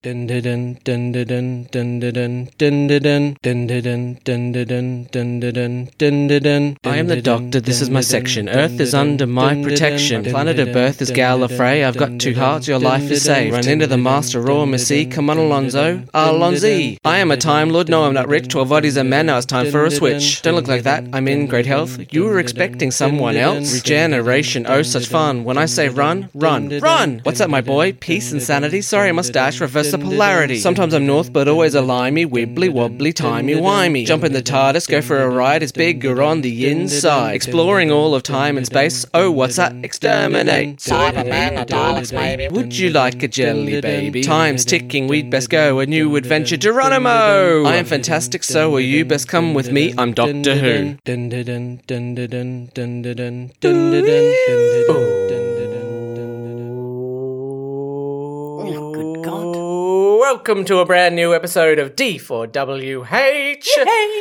Dun dun dun dun dun dun dun dun dun dun dun dun dun dun dun dun dun dun dun. I am the doctor, this is my section. Earth is under my protection. Planet of birth is Gal Lafray. I've got two hearts, your life is saved. Run into the master, roar Messi. Come on, Alonzo. Alonzi. I am a time lord. No, I'm not rich. Twelve bodies a man. Now it's time for a switch. Don't look like that. I'm in great health. You were expecting someone else. Regeneration. Oh, such fun. When I say run, run, run. What's up, my boy? Peace and sanity. Sorry, mustache. Reverse the polarity. Sometimes I'm north, but always a limey. Wibbly wobbly, timey wimey. Jump in the TARDIS, go for a ride. It's big. You're on the inside. Exploring all of time and space. Oh, what's that? Exterminate. Cyberman, the Daleks, maybe. Would you like a jelly baby? Time's ticking, we'd best go. A new adventure, Geronimo! I am fantastic, so are you. Best come with me, I'm Doctor Who. Dun dun dun dun dun dun dun dun dun dun dun dun Oh, good God. Welcome to a brand new episode of D4WH.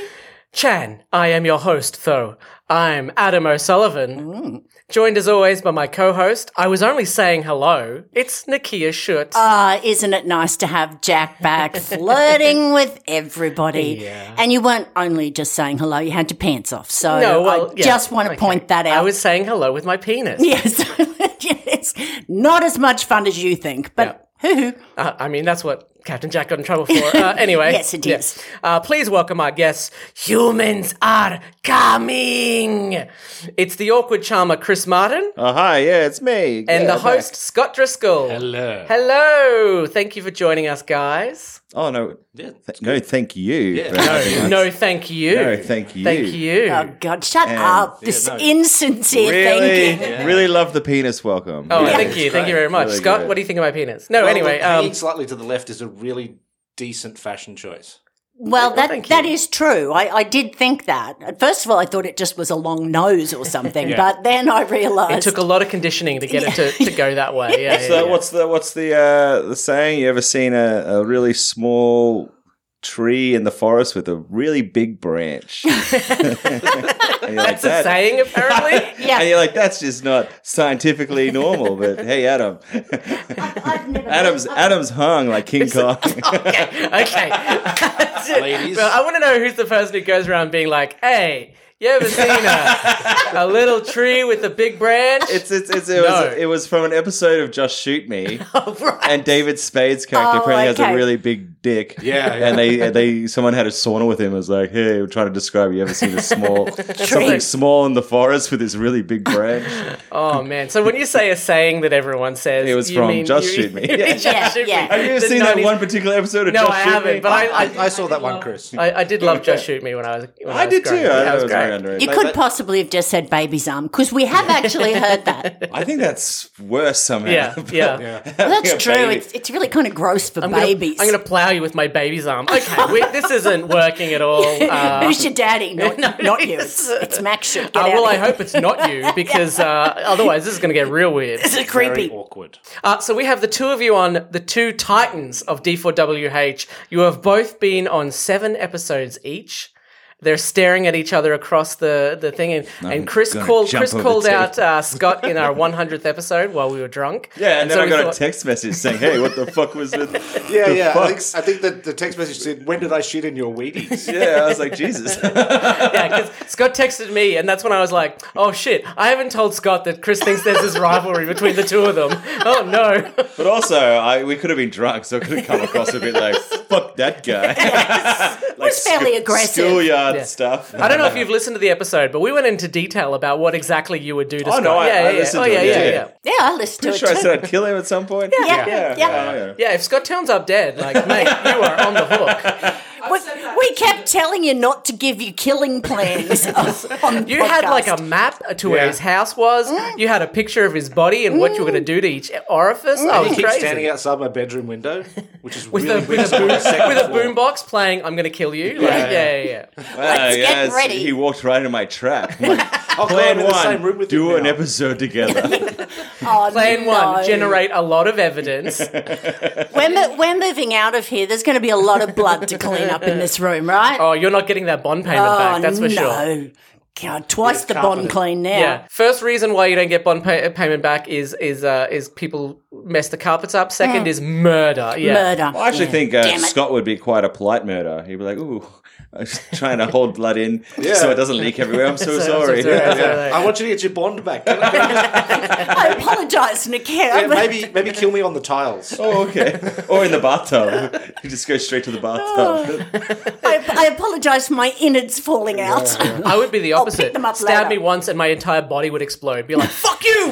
Chan, I am your host, though. I'm Adam O'Sullivan. Mm. Joined as always by my co host. I was only saying hello. It's Nakia Schutz. Ah, isn't it nice to have Jack back flirting with everybody? And you weren't only just saying hello, you had your pants off. So No, well, I yeah, just want to point that out. I was saying hello with my penis. yes, yes. Not as much fun as you think, but hoo hoo. Uh, I mean, that's what Captain Jack got in trouble for. Uh, anyway. Yes, it yeah. is. Uh, please welcome our guests. Humans are coming. It's the awkward charmer Chris Martin Uh, hi, yeah, it's me. and Yeah, the back. host Scott Driscoll. Hello. Hello. Thank you for joining us, guys. Oh no, Yeah, th- no, thank you. for having us. No, thank you. No, thank you. Thank you. Oh, God, shut And- up. This no. insincere really, thinking. really love the penis welcome. Oh, Yeah. thank you, thank you very much, Really Scott. good. What do you think of my penis? No, Well, anyway, the paint um, slightly to the left is a really decent fashion choice. Well, that, thank that you. is true. I, I did think that. At First of all, I thought it just was a long nose or something, but then I realised. it took a lot of conditioning to get it to, to go that way. Yeah, yeah, So yeah. what's the what's the uh, the saying? You ever seen a, a really small tree in the forest with a really big branch? that's a saying apparently. Yeah. And you're like, that's just not scientifically normal. But hey, Adam, I've never Adam's Adam's hung like King Kong. okay, That's it. Ladies. Well, I want to know who's the person who goes around being like, "Hey, you ever seen a, a little tree with a big branch?" It's, it's, it's, it, No. Oh, was, it was from an episode of Just Shoot Me. right. And David Spade's character Oh, apparently has okay. a really big dick. Yeah, yeah. And they and they someone had a sauna with him. and Was like, hey, we're trying to describe. You ever seen a small something small in the forest with this really big branch? Oh man! So when you say a saying that everyone says, It was you from mean, Just you- Shoot Me. you mean Yeah. Just Yeah, Shoot yeah. Me. Have you ever The seen that 90s one particular episode of No, Just I Shoot haven't. Me? But I, I, I saw that one, Chris. I, I did love Just Shoot Me when I was. When I, I was did too. growing up. I, That that was was very great. underrated. You But- could possibly have just said baby's arm because we have actually heard that. I think that's worse somehow. Yeah, yeah. Well, that's Yeah, true. baby. It's, it's really kind of gross for gonna- babies. I'm going to plow you with my baby's arm. Okay, we, this isn't working at all. Uh, Who's your daddy? Not, not you. It's, it's Max. Should get uh, out. well, of I here. hope it's not you because uh, otherwise this is going to get real weird. This is Very creepy. awkward. Uh, so we have the two of you on the two titans of D4WH. You have both been on seven episodes each. They're staring at each other across the, the thing, and, and Chris gonna called jump Chris over called the out table. uh, Scott in our 100th episode while we were drunk. Yeah, and, then so I we got thought- a text message saying, "Hey, what the fuck was it?" Yeah, the yeah. I think, fucks? I think that the text message said, "When did I shit in your Wheaties?" yeah, I was like, "Jesus." Yeah, because Scott texted me, and that's when I was like, "Oh shit! I haven't told Scott that Chris thinks there's this rivalry between the two of them." Oh no! But also, I, we could have been drunk, so it could have come across a bit like "fuck that guy." like was fairly aggressive. schoolyard stuff. I don't know if you've listened to the episode, but we went into detail about what exactly you would do to Oh, Scott. no, I- yeah, I yeah, yeah. listened oh, to yeah, it, yeah, yeah. yeah. yeah, I listened to Pretty it. sure I too. said I'd kill him at some point. Oh, Yeah, yeah, yeah. Yeah, if Scott turns up dead, like mate, you are on the hook. We, we kept telling you not to give you killing plans on the You had podcast. Mm. like a map to where Yeah. his house was. You had a picture of his body and what you were going to do to each orifice. Mm. Oh, He it's keeps crazy. standing outside my bedroom window, which is with really a with a boom with with a boombox playing, "I'm going to kill you." Like, yeah, yeah, yeah. Wow, get yes, ready. He walked right into my trap. I'm like, I'll go Plan in the same room one: with do you an now. episode together. Oh, Plan no. one: generate a lot of evidence. We're, mo- we're moving out of here. There's going to be a lot of blood to clean up in this room, right? Oh, you're not Oh, getting that bond payment Oh, back. That's for no. sure. God, twice the bond carpeted. clean now. Yeah. First reason why you don't get bond pay- payment back is is uh, is people mess the carpets up. Second is murder. Yeah. Mm. Murder. I actually Yeah. think uh, Damn it. Scott would be quite a polite murder. He'd be like, "Ooh, I'm just trying to hold blood in so it doesn't leak everywhere. I'm so sorry." I want you to get your bond back. Can I- can I- I apologise, Nikia. yeah, maybe maybe kill me on the tiles. Oh, okay. Or in the bathtub. You just go straight to the bathtub. I, I apologise for my innards falling out. I would be the I'll opposite. pick them up Stab later. me once and my entire body would explode. Be like, fuck you!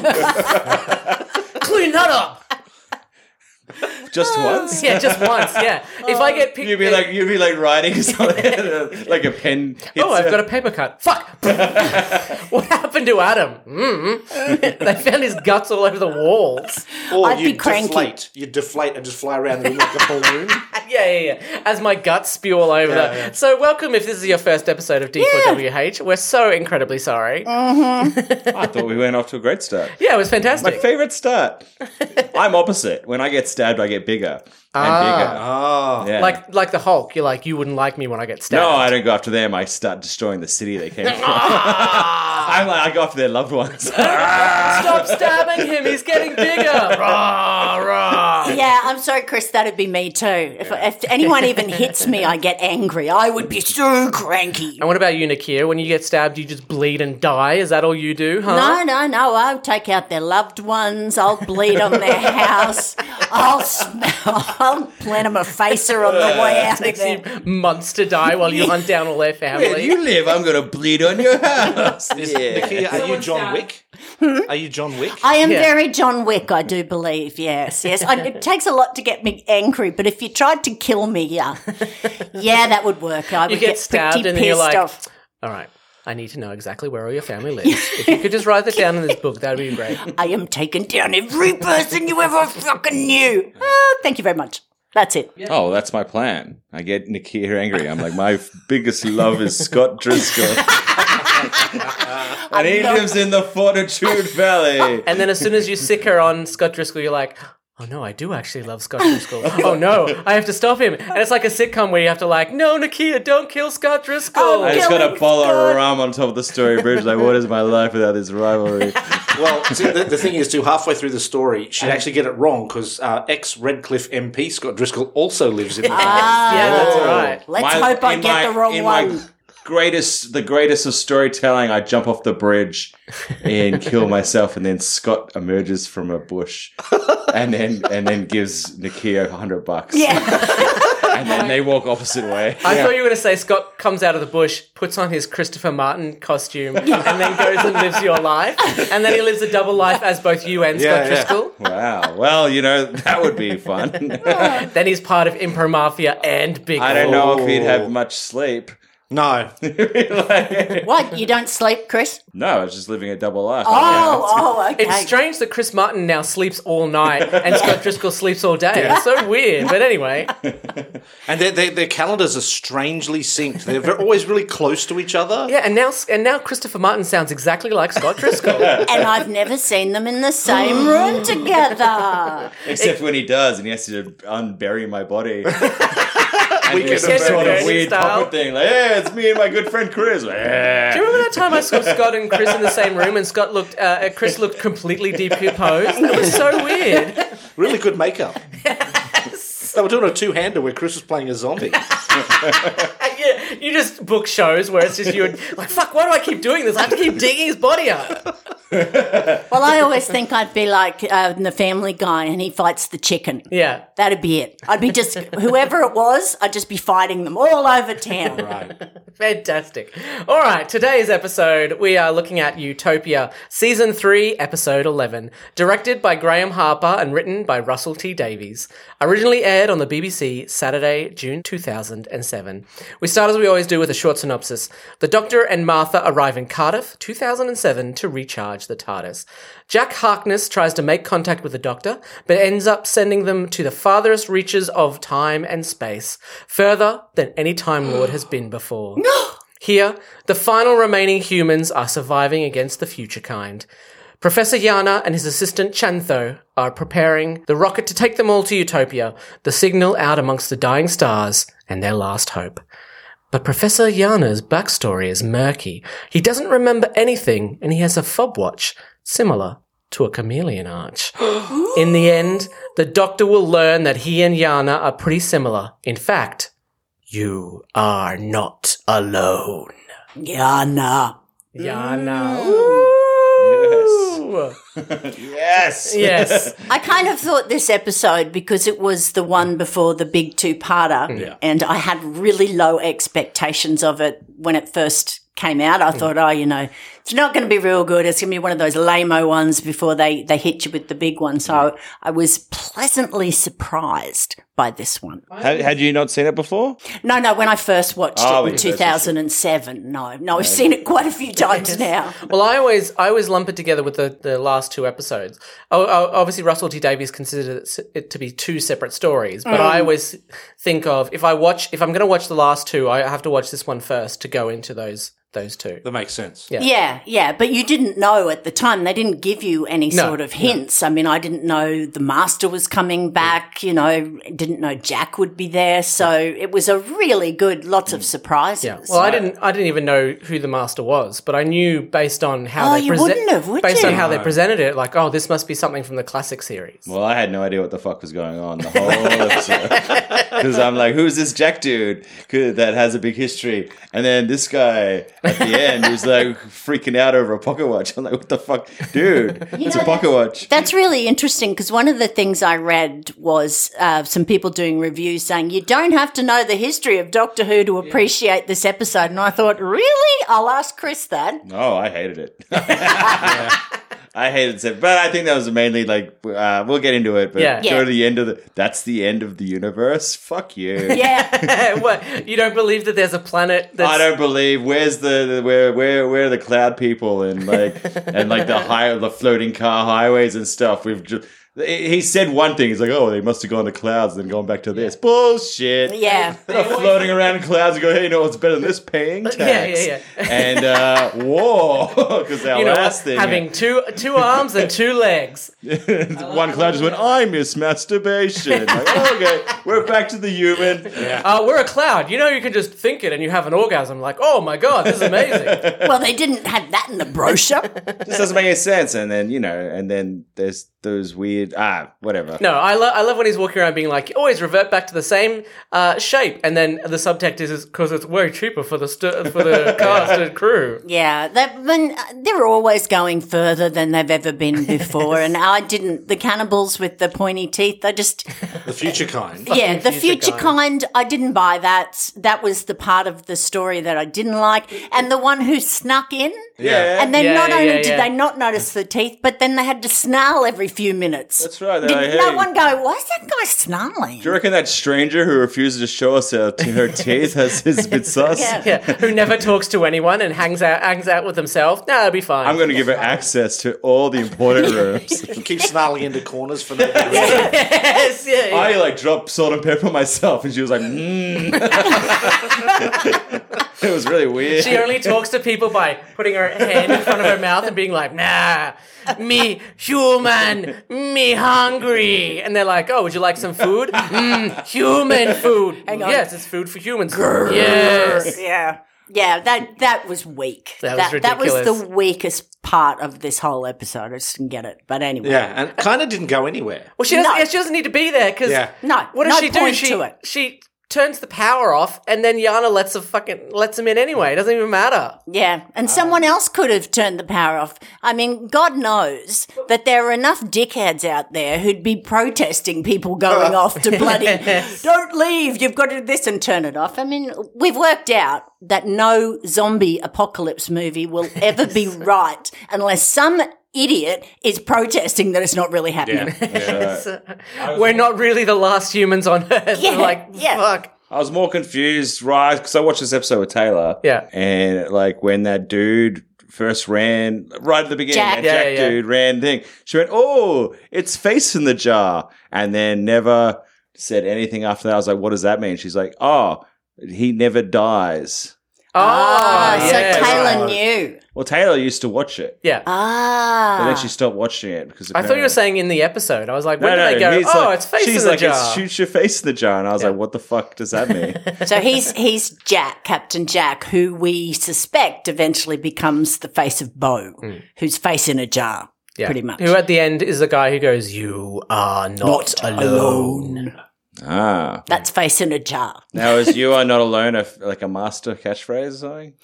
Clean that up! Just once. Yeah, just once, yeah. If I get picked. Um, You'd be like you'd be like writing something like a pen. Hits oh, I've got a paper cut. Fuck! what happened to Adam? Mm. they found his guts all over the walls. Or I'd you be cranky. deflate. You deflate and just fly around the room like a balloon. Yeah, yeah, yeah. As my guts spew all over the. So, welcome if this is your first episode of D4WH. We're so incredibly sorry. Uh, I thought we went off to a great start. Yeah, it was My fantastic. favorite start. I'm opposite. When I get stabbed, I get bigger and Ah. Ah. bigger. Yeah. like, like the Hulk, you're like, you wouldn't like me when I get stabbed. no, I don't go after them. I start destroying the city they came from. I'm like, I go after their loved ones. Stop stabbing him. He's getting bigger. Rah, rah. Yeah, I'm sorry, Chris. That'd be me too. If, if anyone even hits me, I get angry. I would be so cranky. And what about you, Nakia? When you get stabbed, you just bleed and die. Is that all you do? Huh? No, no, no. I'll take out their loved ones. I'll bleed on their house. I'll smell. I'll plant them a facer on the way out of there. Months to die while you hunt down all their Where family. you live, I'm gonna bleed on your house. Nikia, are you John Wick? Are you John Wick? I am Yeah. very John Wick, I do believe. Yes, yes. I, it takes a lot to get me angry, but if you tried to kill me, yeah, yeah, that would work. I would get get, stabbed pretty and then pissed you're like, off. all right. I need to know exactly where all your family lives. if you could just write that down in this book, that'd be great. I am taking down every person you ever fucking knew. Ah, thank you very much. That's it. Oh, that's my plan. I get Nikia angry. I'm like, my f- biggest love is Scott Driscoll. and he lives in the Fortitude Valley. And then as soon as you sick her on Scott Driscoll, you're like, oh no, I do actually love Scott Driscoll. oh no, I have to stop him. And it's like a sitcom where you have to like, no, Nakia, don't kill Scott Driscoll. I just got a Killing bottle Scott. of rum on top of the story bridge. Like, what is my life without this rivalry? Well, see, the, the thing is, too, halfway through the story, she'd actually get it wrong because uh, ex Redcliffe MP Scott Driscoll also lives in the yeah, that's Oh. right. Let's My- hope I in get my- the wrong in one. My greatest, the greatest of storytelling. I jump off the bridge and kill myself, and then Scott emerges from a bush, and then and then gives Nikia hundred bucks. yeah, and then they walk opposite way. I thought you were going to say Scott comes out of the bush, puts on his Christopher Martin costume, and then goes and lives your life. And then he lives a double life as both you and Scott Yeah, yeah. Driscoll. Wow. Well, you know that would be fun. Then he's part of Impro Mafia and Big I don't know if he'd Oh. have much sleep. No. what? You don't sleep, Chris? No, I was just living a double life. Oh, oh, okay. It's strange that Chris Martin now sleeps all night and Scott Driscoll sleeps all day. It's so weird. But anyway, And their, their, their calendars are strangely synced. They're ve- always really close to each other. yeah, and now and now Christopher Martin sounds exactly like Scott Driscoll. And I've never seen them in the same room together. Except when he does, and he has to unbury my body. and We do can some sort bury of it weird style. puppet thing. Like, yeah, it's me and my good friend Chris. Do you remember that time I saw Scott and Chris in the same room and Scott looked, uh, uh, Chris looked completely decomposed? That was so weird. Really good makeup. They were doing a two hander where Chris was playing a zombie. Yeah, you just book shows where it's just you and like, fuck, why do I keep doing this? I have to keep digging his body up. Well, I always think I'd be like uh, the Family Guy, and he fights the chicken. Yeah. That'd be it. I'd be just whoever it was. I'd just be fighting them all over town. Fantastic. All right, today's episode, we are looking at Utopia, Season 3, Episode 11, directed by Graham Harper and written by Russell T Davies. Originally aired on the BBC Saturday, June 2007. We start as we always do with a short synopsis. The Doctor and Martha arrive in Cardiff, 2007, to recharge the TARDIS. Jack Harkness tries to make contact with the Doctor, but ends up sending them to the farthest reaches of time and space, further than any Time Lord has been before. Here, the final remaining humans are surviving against the future kind. Professor Yana and his assistant Chantho are preparing the rocket to take them all to Utopia, the signal out amongst the dying stars and their last hope. But Professor Yana's backstory is murky. He doesn't remember anything, and he has a fob watch similar to a chameleon arch. in the end, the doctor will learn that he and Yana are pretty similar. In fact, you are not alone. Yeah, nah. Yana. Ooh. Yes. Yes. I kind of thought this episode because it was the one before the big two parter, and I had really low expectations of it when it first came out. I thought, oh, you know, it's not going to be real good. It's going to be one of those lame ones before they, they hit you with the big one. So I was pleasantly surprised by this one. Had, had you not seen it before? No, no, when I first watched Oh, it in when you first watched it. 2007. No, no, I've seen it quite a few times now. Well, I always I always lump it together with the, the last two episodes. Oh, oh, obviously, Russell T Davies considered it s- it to be two separate stories, but Mm. I always think of if I watch if I'm going to watch the last two, I have to watch this one first to go into those those two. That makes sense. Yeah, yeah, but you didn't know at the time. They didn't give you any No, sort of hints. I mean, I didn't know the master was coming back, you know, didn't know Jack would be there. So it was a really good, lots of surprises. Mm. Yeah. Well, I didn't. I didn't even know who the master was, but I knew based on how Oh, they you prese- wouldn't have, would based on you? how they presented it. Like, oh, this must be something from the classic series. Well, I had no idea what the fuck was going on the whole episode. Because I'm like, who's this Jack dude 'Cause that has a big history? And then this guy at the end was like freaking out over a pocket watch. I'm like, what the fuck? Dude, it's a pocket watch. That's really interesting because one of the things I read was uh, some people doing reviews saying you don't have to know the history of Doctor Who to appreciate this episode. And I thought, really? I'll ask Chris that. Oh, I hated it. I hated it, but I think that was mainly like uh, we'll get into it. But Yeah. go Yeah. to the end of the. That's the end of the universe. Fuck you. Yeah. what? You don't believe that there's a planet that's I don't believe. Where's the, the where where where are the cloud people and like and like the high the floating car highways and stuff? We've just he said one thing. He's like, oh, they must have gone to clouds and then gone back to this bullshit. yeah. They're not floating around in clouds and go, hey, you know what's better than this? Paying tax. Yeah, yeah, yeah. And uh, whoa, because our you know last thing, having two two arms and two legs. one cloud just went, I miss masturbation. like, oh, okay, we're back to the human. Uh, we're a cloud. You know, you can just think it and you have an orgasm. Like, oh my god, this is amazing. Well, they didn't have that in the brochure. This doesn't make any sense. And then you know, and then there's those weird ah, whatever. no, I love I love when he's walking around being like, "You always revert back to the same uh, shape, and then the subtext is because it's way cheaper for the st- for the cast and crew. Yeah, they've been, they're always going further than they've ever been before. And I didn't, the cannibals with the pointy teeth, I just, The future kind. yeah, the future kind, I didn't buy that. That was the part of the story that I didn't like. And the one who snuck in. Yeah. And then Yeah, not yeah, only yeah, did yeah. they not notice the teeth, but then they had to snarl every few minutes. That's right. They're Did like, no "Hey, one go, why is that guy snarling? Do you reckon that stranger who refuses to show us her, her teeth has his bit sus? Yeah. Yeah, who never talks to anyone and hangs out hangs out with himself. No, it'll be fine. I'm going to give her access to all the important rooms. You keep snarling into corners for no reason. yes, yeah, yeah. I like dropped salt and pepper myself, and she was like, mm. It was really weird. She only talks to people by putting her hand in front of her mouth and being like, nah, me human, me hungry. And they're like, oh, would you like some food? Mm, human food. on. Yes, it's food for humans. Yes. Yeah. Yeah, that that was weak. That was That ridiculous. was the weakest part of this whole episode. I just didn't get it. But anyway. yeah, and kind of didn't go anywhere. Well, she doesn't, No. yeah, she doesn't need to be there because Yeah. No, what does no she do? point She, to it. she turns the power off and then Yana lets her fucking, lets him in anyway. It doesn't even matter. Yeah, and someone else could have turned the power off. I mean, God knows that there are enough dickheads out there who'd be protesting people going off to bloody, don't leave, you've got to do this and turn it off. I mean, we've worked out that no zombie apocalypse movie will ever be right unless some idiot is protesting that it's not really happening. We're not really the last humans on Earth. Yeah, like, yeah. fuck. I was more confused, right? Because I watched this episode with Taylor. Yeah. And like when that dude first ran right at the beginning, Jack. that Yeah, Jack yeah, yeah. dude ran thing. She went, "Oh, it's face in the jar," and then never said anything after that. I was like, "What does that mean?" She's like, "Oh, he never dies." Ah, so Oh, yeah, Taylor knew. Well, Taylor used to watch it, Yeah. but Ah. then she stopped watching it because I thought you were saying in the episode. I was like, when did they go? he's Oh, like- it's face in she's the like, jar. It's, shoot your face in the jar, and I was like, what the fuck does that mean? So he's he's Jack, Captain Jack, who we suspect eventually becomes the face of Bo, whose face in a jar, Yeah. pretty much. Who at the end is the guy who goes, "You are not, alone." ah, That's face in a jar. now is you are not alone a, like a master catchphrase or something?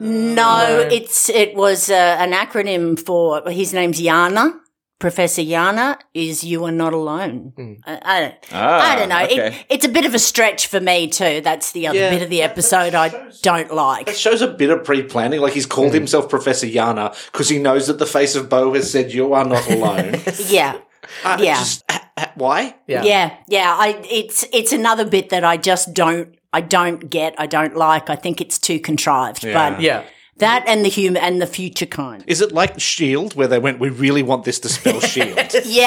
No, it's it was uh, an acronym for his name's Yana. Professor Yana is you are not alone. I, I don't, Ah, I don't know. It, okay. it's a bit of a stretch for me too. That's the other Yeah. bit of the episode I don't like. It shows a bit of pre planning. Like he's called himself Professor Yana because he knows that the face of Bo has said, You are not alone. Yeah. Uh, Yeah. just- uh, uh, why? Yeah. Yeah, yeah. I it's it's another bit that I just don't I don't get. I don't like. I think it's too contrived. But Yeah. that and the human and the future kind. Is it like Shield, E where they went, We really want this to spell Shield? Yeah,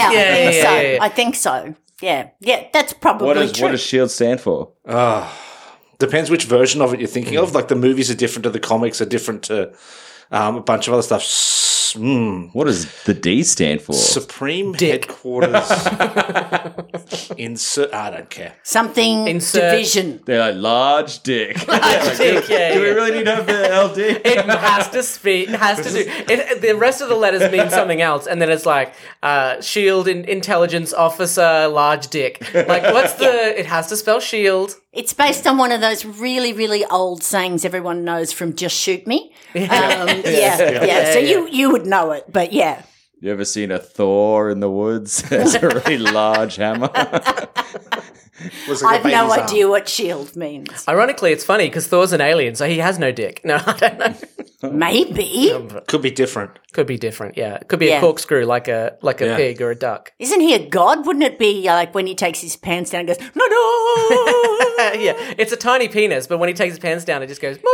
I Yeah, think yeah, so. yeah, yeah. I think so. Yeah, yeah. That's probably What does true. what does Shield stand for? Depends which version of it you're thinking of. Like the movies are different to the comics, are different to um, a bunch of other stuff. S- mm. What does the D stand for? Supreme headquarters. Insert. I don't care. Something Insert- division. They're like large dick. Dick, yeah, Do we yeah. really need to have the LD? It has to speak. It has to do. It, the rest of the letters mean something else, and then it's like uh, shield in, intelligence officer, large dick. Like, what's the? It has to spell shield. It's based on one of those really, really old sayings everyone knows from "Just shoot me." Yeah, um, yeah, yeah, So you you would know it, but yeah, You ever seen a Thor in the woods? It's a really large hammer. Was like I've a no baby's arm. idea what shield means. Ironically, it's funny because Thor's an alien, so he has no dick. No, I don't know. Maybe Could be different. Could be different. Yeah, It could be Yeah. a corkscrew, like a like a Yeah. pig or a duck. Isn't he a god? Wouldn't it be uh, like when he takes his pants down and goes, no, no? yeah, it's a tiny penis, but when he takes his pants down, it just goes. "Mono."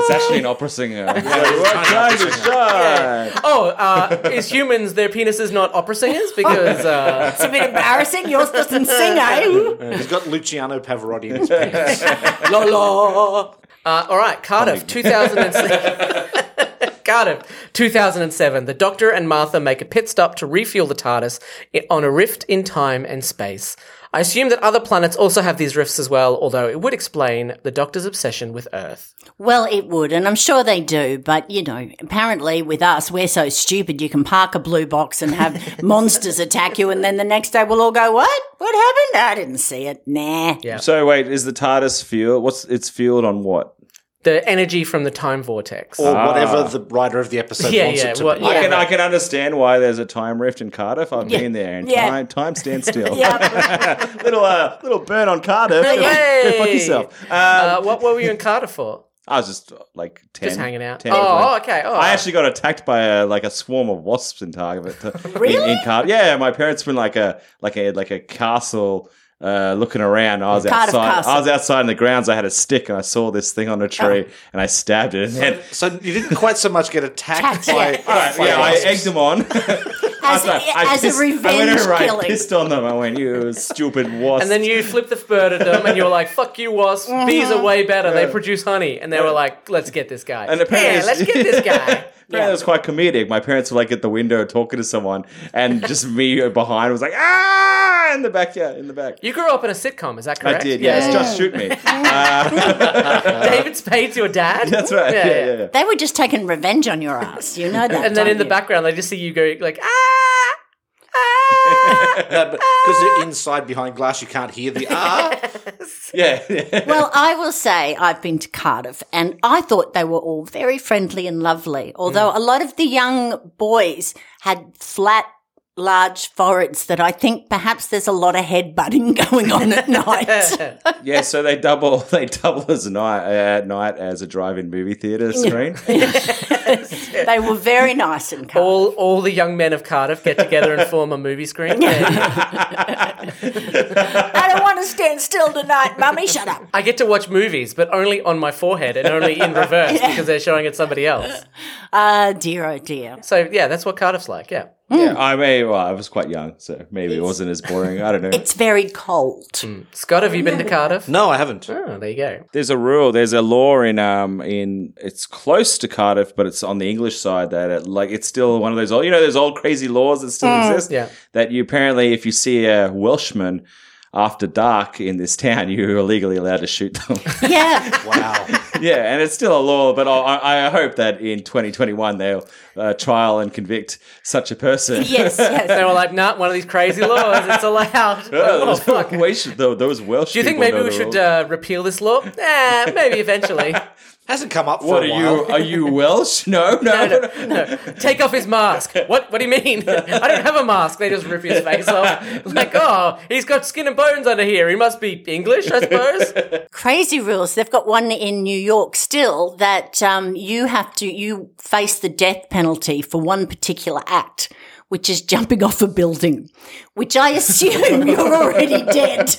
It's actually an opera singer. Like, what kind of shot? Oh, uh, is humans their penises not opera singers? Because uh, it's a bit embarrassing. Yours doesn't sing, eh? He's got Luciano Pavarotti in his pants. La la. Uh, all right, Cardiff, 2007. Cardiff, 2007. The Doctor and Martha make a pit stop to refuel the TARDIS i- on a rift in time and space. I assume that other planets also have these rifts as well, although it would explain the Doctor's obsession with Earth. Well, it would, and I'm sure they do, but you know, apparently with us, we're so stupid you can park a blue box and have monsters attack you, and then the next day we'll all go, what? What happened? I didn't see it. Nah. Yeah. So wait, is the TARDIS fuel? What's it's fueled on what? The energy from the time vortex. or whatever the writer of the episode Yeah, wants yeah, it to what- be. yeah. I can I can understand why there's a time rift in Cardiff. I've Yeah. been there, and Yeah. time time stands still. Yeah. little uh, little burn on Cardiff. Go fuck Hey! yourself. Um, Uh, what, what were you in Cardiff for? I was just uh, like ten, Just hanging out. 10, oh, 11. okay. Oh, I actually got attacked by a, like a swarm of wasps in Target. uh, Really? In, in Cardiff. Yeah, my parents were in like a like a like a castle. Uh, looking around, I was Cardiff outside. Castle. Oh. I was outside in the grounds. I had a stick, and I saw this thing on a tree, and I stabbed it. And then, So you didn't quite so much get Attacked, attacked by. yeah. all right, by yeah, I wasps. egged them on. As, a, as a I revenge went over, I killing. pissed on them. I went, "You stupid wasp!" And then you flip the bird at them, and you're like, "Fuck you, wasp! Bees are way better. They produce honey." And they were like, "Let's get this guy." And apparently yeah, it's- let's get this guy. Yeah, it was quite comedic. My parents were like at the window talking to someone, and just me behind was like, ah, in the back, yeah, in the back. You grew up in a sitcom, is that I correct? did, yes, just shoot me. Uh, David Spade's your dad. that's right. Yeah, yeah, yeah. They were just taking revenge on your ass. You know that. And then don't in the you? background, they just see you go like, "Ah, ah." No, but because they're inside behind glass, you can't hear the ah. Yeah, yeah. Well, I will say I've been to Cardiff and I thought they were all very friendly and lovely. Mm. Although a lot of the young boys had flat, large foreheads that I think perhaps there's a lot of headbutting going on at night. Yeah, so they double they double as a night at night as a drive-in movie theater screen. they were very nice in Cardiff. all all the young men of Cardiff get together and form a movie screen. Oh. I don't want to stand still tonight, mummy. Shut up. I get to watch movies, but only on my forehead and only in reverse because they're showing it somebody else. Ah, dear, oh dear. So yeah, that's what Cardiff's like. Yeah. Yeah, I mean, well, I was quite young, so maybe it wasn't as boring. I don't know. It's very cold. Scott, have you been to Cardiff? No, I haven't. Oh, there you go. There's a rule. There's a law in um in it's close to Cardiff, but it's on the English side that it, like it's still one of those old you know those old crazy laws that still exist. Yeah. That you apparently if you see a Welshman after dark in this town, you are legally allowed to shoot them. Yeah. Wow. yeah, and it's still a law. But I, I hope that in 2021 they'll uh, trial and convict such a person. yes, They yes. were like, nah, one of these crazy laws. It's allowed. Oh, oh, fuck. Do Welsh- tho- those Welsh. you think people maybe know we the should rules. uh, repeal this law? Eh, maybe eventually. Hasn't come up for what a are while. you? Are you Welsh? No, no. No, no, no. Take off his mask. What? What do you mean? I don't have a mask. They just rip his face off. Like, oh, he's got skin and bones under here. He must be English, I suppose. Crazy rules. They've got one in New York still that um, you have to you face the death penalty for one particular act, which is jumping off a building, which I assume you're already dead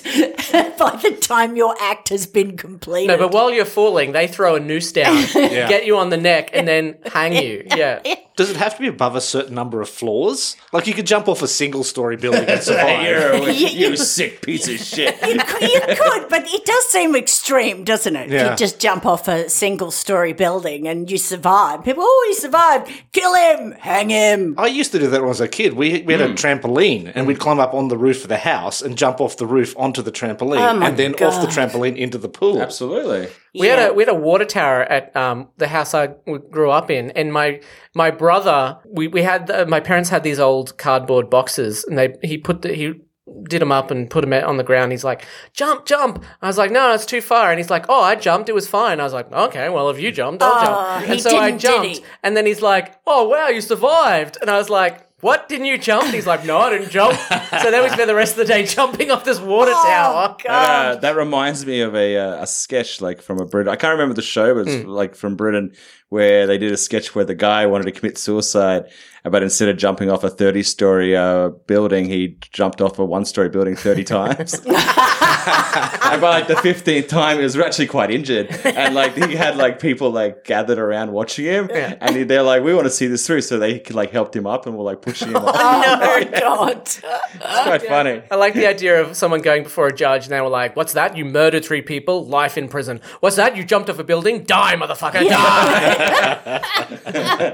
by the time your act has been completed. No, but while you're falling, they throw a noose down, get you on the neck, and then hang you. Yeah. Does it have to be above a certain number of floors? Like you could jump off a single story building and survive. You're a- You- you sick piece of shit. you could, but it does seem extreme, doesn't it? Yeah. You just jump off a single story building and you survive. People, oh, he survived. Kill him. Hang him. I used to do that when I was a kid. We, we had Hmm. a trampoline and we'd climb up on the roof of the house and jump off the roof onto the trampoline Oh my and then off the trampoline into the pool. Absolutely. We had a we had a water tower at um, the house I w- grew up in, and my my brother we we had uh, my parents had these old cardboard boxes, and they he put the, he did them up and put them on the ground. He's like, jump, jump! I was like, no, it's too far, and he's like, oh, I jumped, it was fine. I was like, okay, well, if you jumped, I'll Oh, jump. he And so I didn't, did jumped, he? and then he's like, oh wow, you survived, and I was like. What didn't you jump? And he's like, no, I didn't jump. so then we spent the rest of the day jumping off this water Oh, tower. Uh, that reminds me of a uh, a sketch like from a Brit. I can't remember the show, but it's like from Britain where they did a sketch where the guy wanted to commit suicide, uh, but instead of jumping off a thirty story uh, building, he jumped off a one story building thirty times. and by like the fifteenth time, he was actually quite injured, and like he had like people like gathered around watching him, and he- they're like, "We want to see this through," so they like helped him up and were like pushing him. Up. Oh, God. it's quite funny. I like the idea of someone going before a judge and they were like, "What's that? You murdered three people, life in prison. What's that? You jumped off a building, die, motherfucker, die."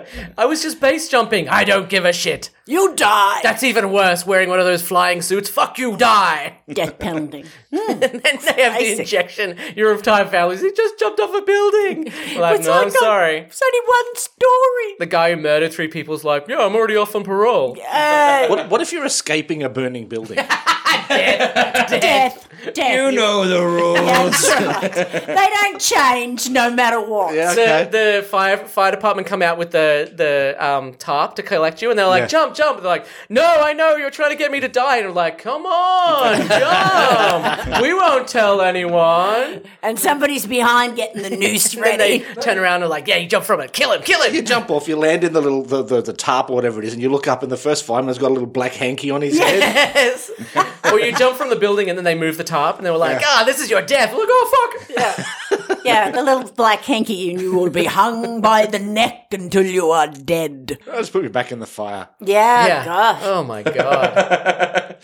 I was just base jumping. I don't give a shit. You die. That's even worse. Wearing one of those flying suits. Fuck you, die. Death penalty. And then they have the Crazy. injection. Your entire family's. He just jumped off a building. Like, It's no, like I'm a- sorry. It's only one story. The guy who murdered three people's like, yeah, I'm already off on parole. Uh, What, what if you're escaping a burning building? death. Death. You know the rules. That's right. They don't change no matter what. Okay. the, the fire fire department come out with the the um, tarp to collect you, and they're like, Yeah. "Jump, jump!" They're like, "No, I know you're trying to get me to die," and I'm like, "Come on, jump! we won't tell anyone." And somebody's behind getting the noose And they ready. turn around and like, "Yeah, you jump from it, kill him, kill You him." jump off, you land in the little the, the, the tarp or whatever it is, and you look up and the first fireman's got a little black hanky on his head. Yes. or you jump from the building, and then they move the tarp, and they were like, "Ah, this is your death." Look, oh fuck! yeah, the little black hanky you knew will be hung by the neck until you are dead. I'll just put me back in the fire. Yeah, Yeah. gosh. Oh my god.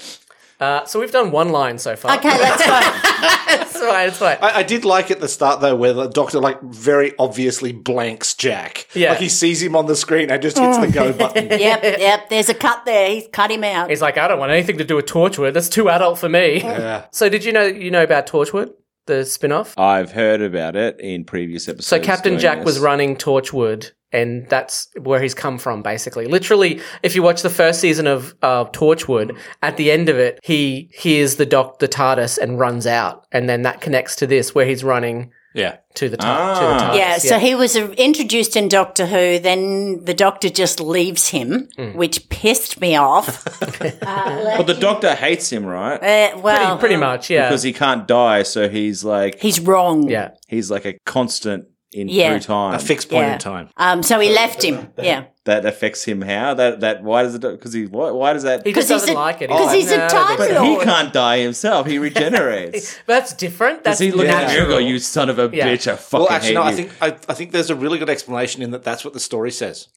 Uh, so we've done one line so far. Okay, that's fine. That's fine. That's fine. I, I did like at the start though, where the doctor like very obviously blanks Jack. Yeah. like he sees him on the screen and just hits the go button. yep, yep. There's a cut there. He's cut him out. He's like, I don't want anything to do with Torchwood. That's too adult for me. Yeah. So did you know you know about Torchwood, the spin-off? I've heard about it in previous episodes. so Captain doing Jack this. was running Torchwood, and that's where he's come from, basically. Literally, if you watch the first season of uh, Torchwood, at the end of it, he hears the doc, the TARDIS, and runs out, and then that connects to this, where he's running yeah. to the, tar- to the Ah. TARDIS. yeah, so he was uh, introduced in Doctor Who, then the Doctor just leaves him, Mm. which pissed me off. But the doctor hates him, right? Uh, well, pretty, pretty much, yeah. Because he can't die, so he's like he's wrong. yeah. he's like a constant in Yeah. through time. A fixed point Yeah. in time. Um, so he left him. Yeah. that affects him how? That that why does it because he why, why does that He just 'Cause he's doesn't a- like it. 'cause like, he's a "Nah, I don't time think so." But he Lord. can't die himself. He regenerates. That's different. That's Does he look at you natural. and go, "You son of a Yeah. bitch! I fucking Well, actually, hate no. you." I think I, I think there's a really good explanation in that. That's what the story says.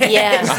Yeah.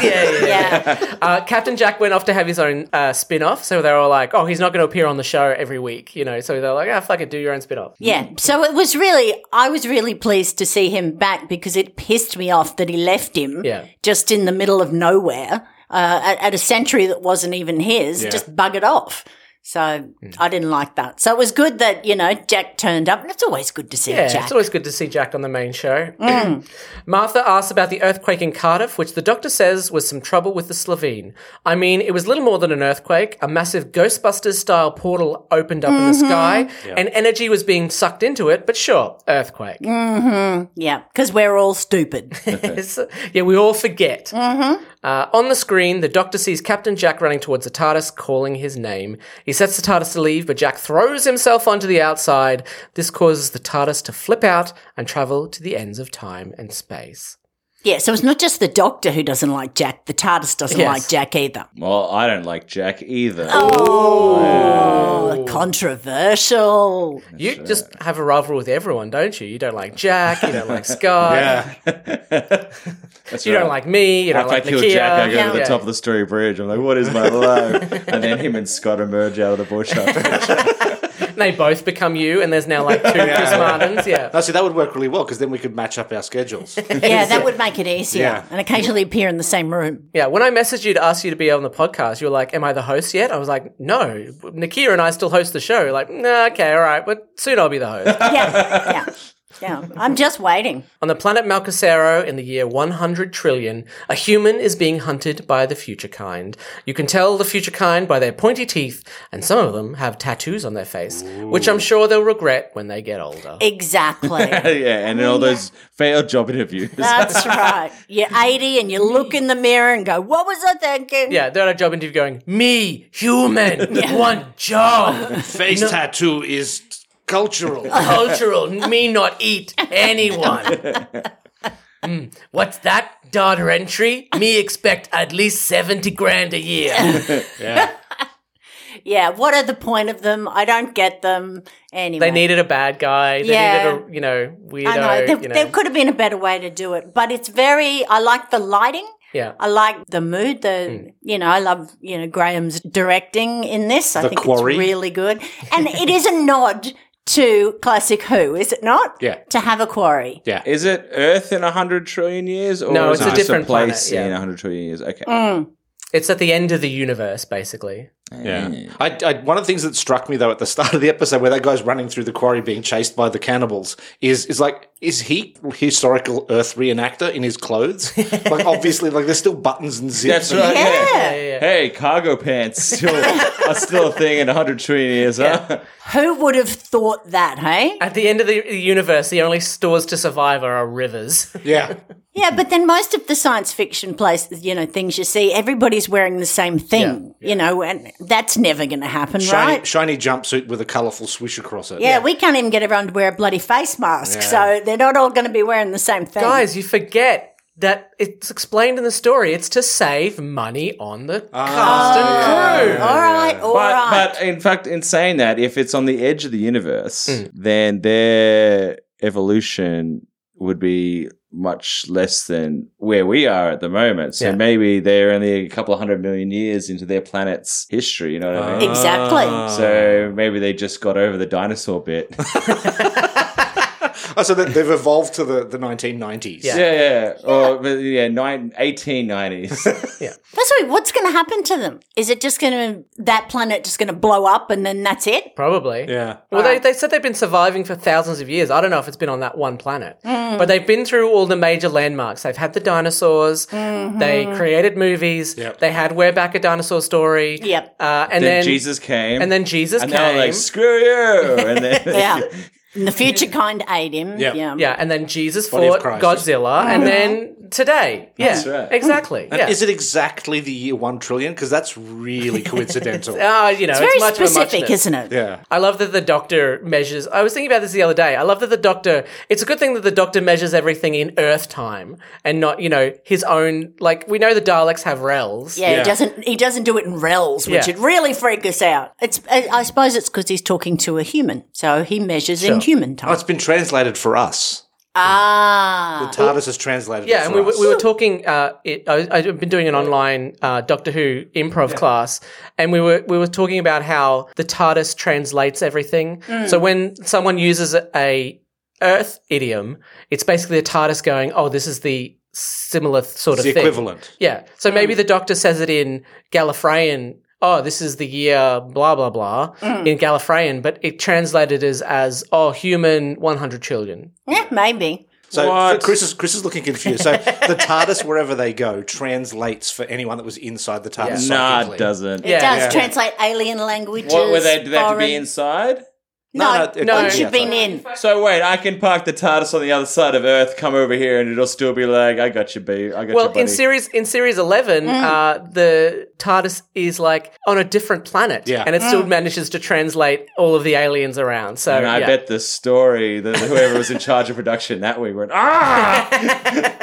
yeah, yeah. yeah. Uh, Captain Jack went off to have his own uh, spin off, so they were all like, oh, he's not going to appear on the show every week, you know? So they're like, ah, fuck it, do your own spin off. Yeah. So it was really, I was really pleased to see him back because it pissed me off that he left him Yeah. just in the middle of nowhere uh, at, at a century that wasn't even his, just buggered off. So Hmm. I didn't like that. So it was good that, you know, Jack turned up. And it's always good to see Yeah, Jack. Mm. it's always good to see Jack on the main show. Martha asks about the earthquake in Cardiff, which the doctor says was some trouble with the Slovene. I mean, it was little more than an earthquake. A massive Ghostbusters style portal opened up in Mm-hmm. the sky, and energy was being sucked into it, but sure, earthquake. yeah. Because we're all stupid. It's- yeah, we all forget. Mm-hmm. Uh, on the screen, the doctor sees Captain Jack running towards the TARDIS, calling his name. He sets the TARDIS to leave, but Jack throws himself onto the outside. This causes the TARDIS to flip out and travel to the ends of time and space. yeah. So it's not just the doctor who doesn't like Jack. The TARDIS doesn't Yes. like Jack either. Well, I don't like Jack either. Oh, controversial. You just have a rivalry with everyone, don't you? You don't like Jack, you don't like Scott, Uh, That's you don't like me, you don't If I like kill Nakia. Jack, I go to the Yeah. top of the Story Bridge. I'm like, what is my life? and then him and Scott emerge out of the bush. after- And They both become you, and there's now like two Chris Martins. Yeah. No, see, that would work really well because then we could match up our schedules. Yeah, that would make it easier. Yeah. And occasionally appear in the same room. Yeah, when I messaged you to ask you to be on the podcast, you were like, "Am I the host yet?" I was like, "No, Nakia and I still host the show." Like, nah, okay, all right, but soon I'll be the host. yeah, yeah, yeah. I'm just waiting. on the planet Malcasero in the year 100 trillion, a human is being hunted by the future kind. You can tell the future kind by their pointy teeth, and some of them have tattoos on their face, which I'm sure they'll regret when they get older. Exactly. yeah, and then all those failed job interviews. That's right. You're 80 and you look in the mirror and go, "What was I thinking?" yeah, they're at a job interview going, "Me, human, one job, Face tattoo is cultural. cultural, me not eat anyone. Mm, what's that? Daughter entry? Me expect at least 70 grand a year. Yeah. What are the point of them? I don't get them. Anyway, They needed a bad guy. They Yeah. needed a, you know, weirdo. I know. There, you know. there could have been a better way to do it, but it's very. I like the lighting. yeah. I like the mood. The you know, I love you know Graham's directing in this. I The think Quarry. it's really good, and it is a nod to classic Who, is it not? Yeah. To have a quarry. yeah. Is it Earth in 100 trillion years? Or No, is it's a it just different place planet, yeah. in 100 trillion years. Okay. Oh, It's at the end of the universe, basically. Yeah. I, I, one of the things that struck me though at the start of the episode, where that guy's running through the quarry being chased by the cannibals, is is like, is he historical Earth reenactor in his clothes? like, obviously, like there's still buttons and That's zips. and- right. Yeah. Yeah. Hey, cargo pants still are still a thing in 100 trillion years, huh? Who would have thought that, hey? At the end of the universe, the only stores to survive are rivers. Yeah. Yeah, but then most of the science fiction places, you know, things you see, everybody's wearing the same thing, you know, and that's never going to happen, Shiny, right? shiny jumpsuit with a colourful swish across it. yeah, we can't even get everyone to wear a bloody face mask, so they're not all going to be wearing the same thing. Guys, you forget that it's explained in the story. It's to save money on the Ah. cast and crew. Oh, all right, all But, right. but in fact, in saying that, if it's on the edge of the universe, Hmm. then their evolution would be much less than where we are at the moment. So Yeah. maybe they're only a couple of hundred million years into their planet's history. You know what I mean? exactly. uh, Um, So maybe they just got over the dinosaur bit. Oh, so they- they've evolved to the, the 1990s. Yeah. yeah, yeah, or but yeah, nine, 1890s. that's right. What's going to happen to them? Is it just going to, that planet just going to blow up and then that's it? Probably. Yeah. Well, they, they said they've been surviving for thousands of years. I don't know if it's been on that one planet, Hmm. but they've been through all the major landmarks. They've had the dinosaurs. Mm-hmm. They created movies. They had We're Back a Dinosaur Story. Yep. Uh, and then then, Jesus came, and then Jesus and they came. were like, "Screw you!" And then Yeah. And the future kind ate him. Yeah. Yeah. yeah, and then Jesus Body of fought Christ. Godzilla, Mm-hmm. and then today. Yeah, That's right. exactly. And yeah. Is it exactly the year 1 trillion? Because that's really coincidental. Ah, you know, it's, Very much specific, is isn't it? yeah. I love that the doctor measures. I was thinking about this the other day. I love that the doctor. It's a good thing that the doctor measures everything in Earth time and not, you know, his own. Like we know the Daleks have rels. Yeah, he doesn't. He doesn't do it in rels, which Yeah. would really freak us out. It's. I I suppose it's because he's talking to a human, so he measures in human Oh, time. it's been translated for us. Ah. TARDIS has translated. it Yeah, and for we, were- us. we were talking. Uh, it, I, I've been doing an online uh, Doctor Who improv class, and we were we were talking about how the TARDIS translates everything. So when someone uses a Earth idiom, it's basically the TARDIS going, "Oh, this is the similar th- sort of It's the thing." equivalent. Yeah. So Um, maybe the Doctor says it in Gallifreyan. Oh, this is the year blah blah blah Mm. in Gallifreyan, but it translated as as oh human one hundred children. Yeah, maybe. So What? Chris is Chris is looking confused. So the TARDIS, wherever they go, translates for anyone that was inside the TARDIS. Nah, psychically. it doesn't. It does yeah. translate alien languages. What were they? Do they have to foreign- be inside? No, No, no, no, it- it should yeah, have been sorry. in. So wait, I can park the TARDIS on the other side of Earth, come over here, and it'll still be like, "I got you, babe. I got you, Well, buddy." Mm. in series in series eleven, uh, the TARDIS is like on a different planet, Yeah. and it still manages to translate all of the aliens around. So Mm. and I yeah. bet the story that whoever was in charge of production that week went, "Ah!"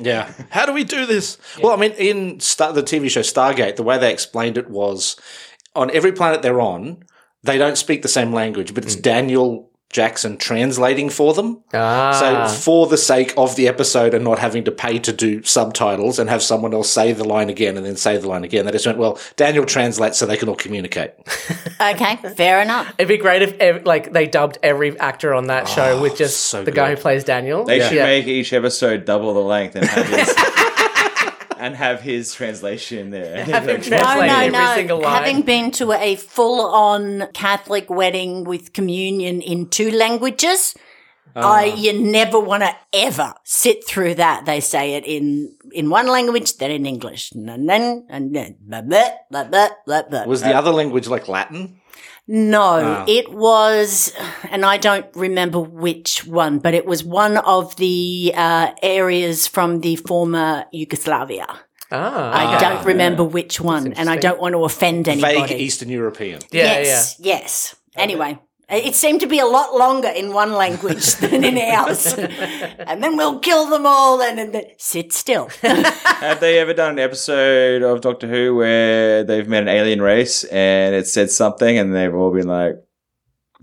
Yeah. How do we do this? Well, I mean, in Star- the TV show Stargate, the way they explained it was on every planet they're on, they don't speak the same language, but it's Daniel Jackson translating for them. Ah. So, for the sake of the episode and not having to pay to do subtitles and have someone else say the line again and then say the line again, they just went, well, Daniel translates so they can all communicate. Okay, fair enough. It'd be great if ev- like they dubbed every actor on that show with just so the guy who good. plays Daniel. Ah, They yeah. should make each episode double the length and have his, and have his translation there. Have him No, translate no, every no. single line. Having been to a full on Catholic wedding with communion in two languages, I Ah. you never want to ever sit through that. They say it in in one language, then in English, and then and then blah blah blah blah blah. blah. Was the other language like Latin? Ah. No, it was, and I don't remember which one, but it was one of the uh, areas from the former Yugoslavia. ah, I don't remember which one, and I don't want to offend anybody. Vague Eastern European. yeah, yes, yes. Anyway, it seemed to be a lot longer in one language than in ours. and then we'll kill them all, and, and then sit still. Have they ever done an episode of Doctor Who where they've met an alien race and it said something and they've all been like,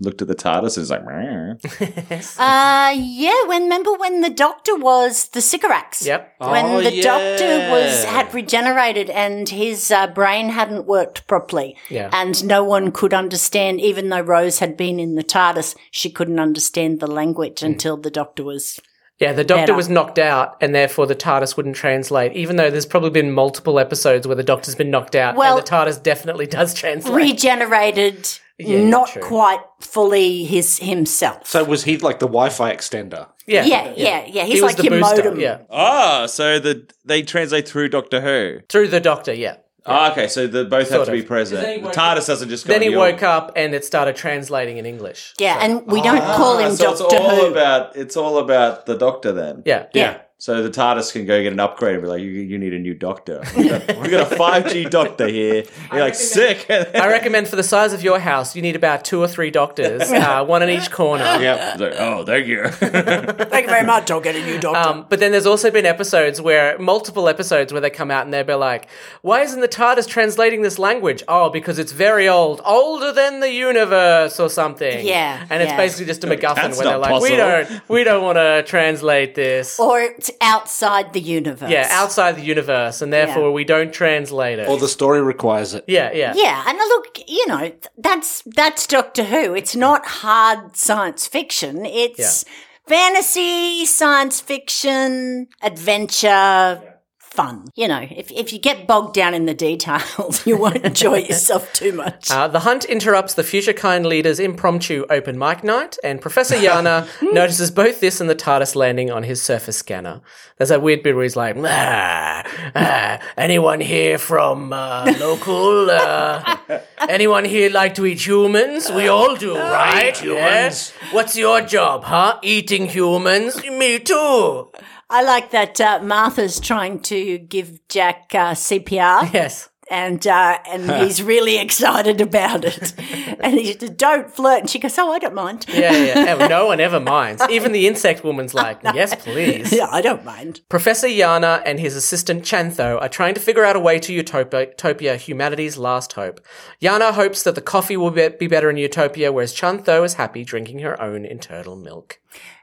looked at the TARDIS and it's like, "Meow." Uh, yeah. When remember when the doctor was the Sycorax? Yep. When Oh, the doctor was yeah. had regenerated and his uh, brain hadn't worked properly, Yeah. and no one could understand. Even though Rose had been in the TARDIS, she couldn't understand the language Hmm. until the doctor was. Yeah, the doctor Better. was knocked out, and therefore the TARDIS wouldn't translate. Even though there's probably been multiple episodes where the doctor's been knocked out, Well- and the TARDIS definitely does translate. Regenerated, Yeah, not true. quite fully his himself. So, was he like the Wi Fi extender? yeah, yeah, yeah, yeah. He's He was like the your booster. modem. Yeah, Ah, so the they translate through Doctor Who. through the doctor. Yeah. Ah, okay, so the both Sort have to be of. present. The TARDIS doesn't just go. Then he "Yo." woke up and it started translating in English. Yeah, and we don't call Ah, him so Doctor it's all Who. about it's all about the Doctor then. Yeah. yeah. So the TARDIS can go get an upgrade and be like, you, you need a new doctor. We've got, we've got a 5G doctor here. You're like, sick. I recommend for the size of your house, you need about two or three doctors, uh, one in each corner. Yeah. It's like, oh, thank you. Thank you very much. I'll get a new doctor. Um, but then there's also been episodes where multiple episodes where they come out and they'll be like, "Why isn't the TARDIS translating this language? Oh, because it's very old, older than the universe or something." Yeah, and it's yeah. basically just a MacGuffin that's where they're not like, "We possible." don't, we don't want to translate this." or it's outside the universe. yeah, outside the universe, and therefore Yeah. we don't translate it. Or the story requires it. yeah, yeah, Yeah, and look, you know, th- that's that's Doctor Who. It's not hard science fiction. It's fantasy, science fiction, adventure, fun. You know, if if you get bogged down in the details, you won't enjoy yourself too much. Uh, the hunt interrupts the future kind leader's impromptu open mic night, and Professor Yana notices both this and the TARDIS landing on his surface scanner. There's that weird bit where he's like, ah, ah, anyone here from uh, local? Uh, anyone here like to eat humans? We all do, right? Yes. What's your job, huh? Eating humans? Me too. I like that uh, Martha's trying to give Jack uh, CPR. Yes. and uh, and he's really excited about it. and he said, "Don't flirt." And she goes, "Oh, I don't mind. Yeah, yeah. yeah. No one ever minds. Even the insect woman's like, yes, please. yeah, I don't mind." Professor Yana and his assistant Chantho are trying to figure out a way to Utopia, Utopia, humanity's last hope. Yana hopes that the coffee will be, be better in Utopia, whereas Chantho is happy drinking her own internal milk.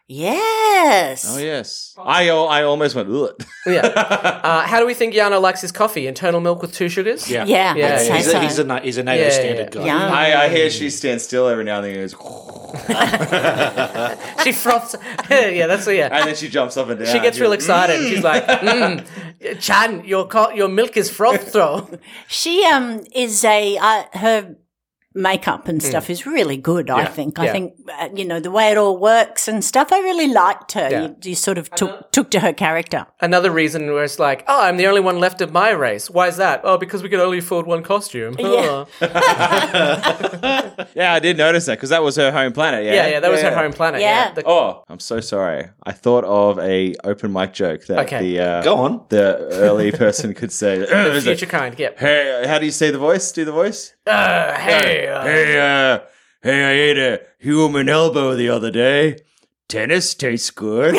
Yes. Oh yes, I al- I almost went. Ugh. Yeah. Uh, how do we think Yano likes his coffee? Internal milk with two sugars? Yeah. Yeah, Yeah, I'd yeah, say He's so. a, he's a, na- he's a NATO Yeah, yeah, standard yeah. guy. Yum. I, I hear she stands still every now and then and goes, She froths. yeah, that's what, yeah. and then she jumps up and down. She gets You're real excited. She's like, mm, Chan, your, co- your milk is froth throw. She um is a uh, her makeup Hmm. and stuff is really good. I think. I yeah. think uh, you know the way it all works and stuff. I really liked her. Yeah. You, you sort of took took to her character. Another reason where it's like, oh, I'm the only one left of my race. Why is that? Oh, because we could only afford one costume. Yeah. Yeah, I did notice that because that was her home planet. Yeah, yeah, yeah, that was her home planet. Yeah. Yeah. The- Oh, I'm so sorry. I thought of a open mic joke that Okay. the uh, Go on. the early person could say. Is future it, kind, yeah. hey, how do you say the voice? Do the voice. Uh, hey, uh, Hey, uh, hey, I ate a human elbow the other day. Tennis tastes good.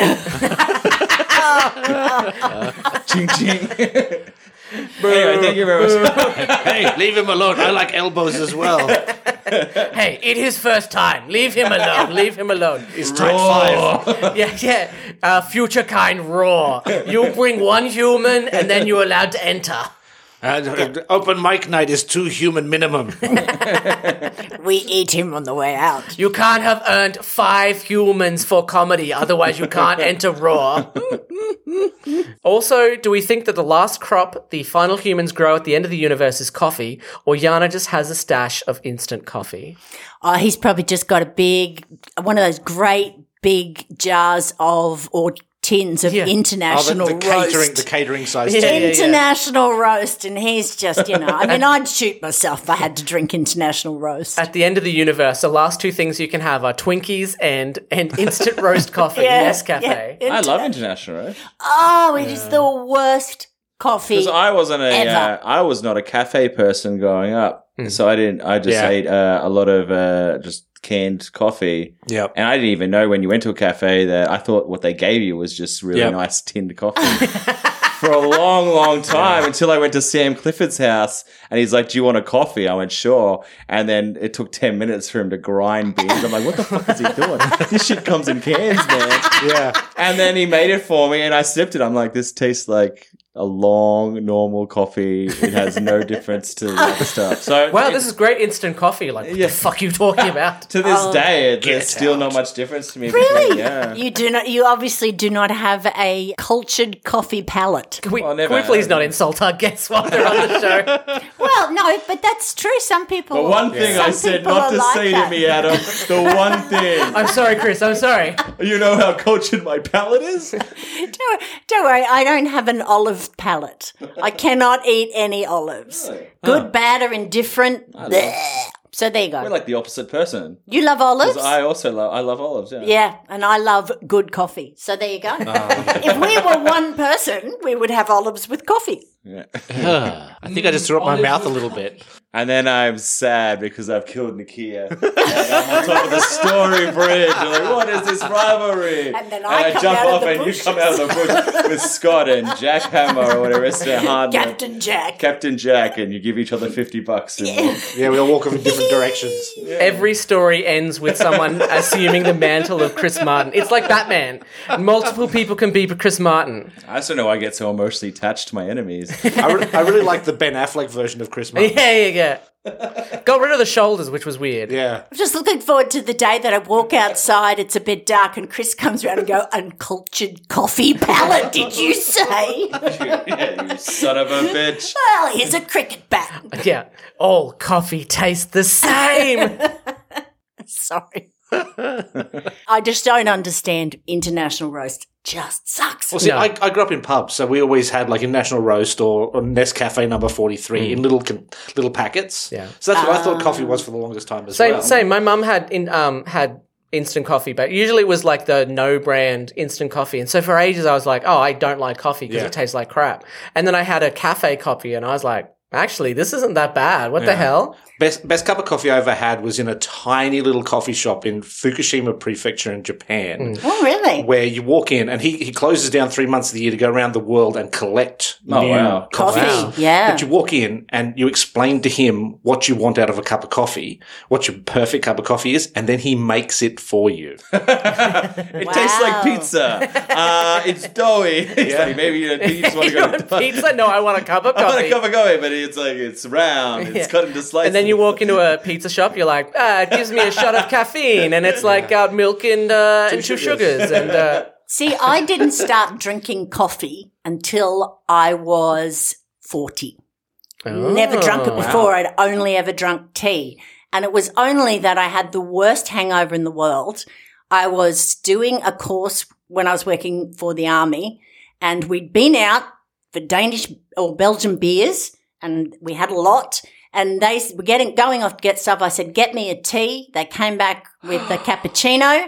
ching ching. anyway, thank you very much. Hey, leave him alone. I like elbows as well. hey, it is first time. Leave him alone. Leave him alone. It's tight five. Yeah, yeah. Uh, future kind roar. You bring one human and then you're allowed to enter. And, uh, open mic night is two human minimum. We eat him on the way out. You can't have earned five humans for comedy, otherwise, you can't enter roar. also, do we think that the last crop the final humans grow at the end of the universe is coffee, or Yana just has a stash of instant coffee? Oh, he's probably just got a big one of those great big jars of or tins of Yeah. Oh, the, international the catering, roast. the catering size. Yeah, team. yeah, International roast, and he's just, you know, I mean, I'd shoot myself if I had to drink international roast. At the end of the universe, the last two things you can have are Twinkies and, and instant roast coffee, Yes Cafe. yeah. I love international, right? Oh, it is the worst coffee. Because I wasn't a, uh, Ever. I was not a cafe person growing up, so I didn't. I just Hmm. Yeah. ate uh, a lot of uh, just canned coffee, Yep. and I didn't even know when you went to a cafe that I thought what they gave you was just really Yep. nice tinned coffee. For a long, long time until I went to Sam Clifford's house and he's like, Do you want a coffee? I went, Sure. And then it took 10 minutes for him to grind beans. I'm like, What the fuck is he doing? This shit comes in cans, man. yeah. And then he made it for me, and I sipped it. I'm like, this tastes like a long, normal coffee. It has no difference to the other stuff. So, Wow, this is great instant coffee. Like, what Yeah. the fuck are you talking about? to this day, it, Get there's still out. not much difference to me. really? Between, yeah. You do not. You obviously do not have a cultured coffee palate. Can we, Well, never can we please had. not insult our guests while they're on the show? Well, no, but that's true. Some people. The one thing some I said people not are to like say that. to me, Adam, the one thing. I'm sorry, Chris. I'm sorry. You know how cultured my palate is? Don't, don't worry, I don't have an olive palate. I cannot eat any olives. Good, bad, or indifferent. Bleh. So there you go. We're like the opposite person. you love olives? 'Cause I also love, I love olives. Yeah. Yeah, and I love good coffee. So there you go. Oh. if we were one person, we would have olives with coffee. I think I just threw up my mouth a little bit. And then I'm sad because I've killed Nakia. and I'm on top of the story bridge. I'm like, what is this rivalry? And then I come jump out of off the and bushes. you come out of the bush with Scott and Jackhammer or whatever it's their hard name. Captain Jack. Captain Jack, and you give each other 50 bucks. And yeah. Yeah, we all walk off in different directions. Every story ends with someone assuming the mantle of Chris Martin. It's like Batman. Multiple people can be Chris Martin. I just don't know why I get so emotionally attached to my enemies. I, re- I really like the Ben Affleck version of Chris Martin. Yeah, yeah, yeah. Got rid of the shoulders, which was weird. Yeah. I'm just looking forward to the day that I walk outside, it's a bit dark, and Chris comes around and go, uncultured coffee palate, did you say? yeah, you son of a bitch. Well, here's a cricket bat. Yeah. All coffee tastes the same. Sorry. I just don't understand international roast. Just sucks. Well, see, No. I, I grew up in pubs, so we always had like a national roast or, or Nescafe number forty three in little con- little packets. Mm. Yeah. so that's what I thought coffee was for the longest time as Same, well. same. My mum had in um had instant coffee, but usually it was like the no brand instant coffee. And so for ages, I was like, oh, I don't like coffee because Yeah. it tastes like crap. And then I had a cafe coffee, and I was like. Actually, this isn't that bad. What the hell? Best best cup of coffee I ever had was in a tiny little coffee shop in Fukushima Prefecture in Japan, Mm. Oh, really? where you walk in and he, he closes down three months of the year to go around the world and collect Oh, new wow. Coffee. Wow. Yeah. But you walk in and you explain to him what you want out of a cup of coffee, what your perfect cup of coffee is, and then he makes it for you. It tastes Wow. like pizza. Uh, it's doughy. It's like maybe you, you just want to You go. want pizza? No, I want a cup of I want coffee. a cup of coffee, but it's like it's round. It's cut into slices. And then you walk into a pizza shop, you're like, ah, it gives me a shot of caffeine, and it's like got milk and uh, and two sugars. And uh, See, I didn't start drinking coffee until I was 40. Never drunk it before. I'd only ever drunk tea. And it was only that I had the worst hangover in the world. I was doing a course when I was working for the army and we'd been out for Danish or Belgian beers and we had a lot. And they s- were getting going off to get stuff. I said, "Get me a tea." They came back with a cappuccino.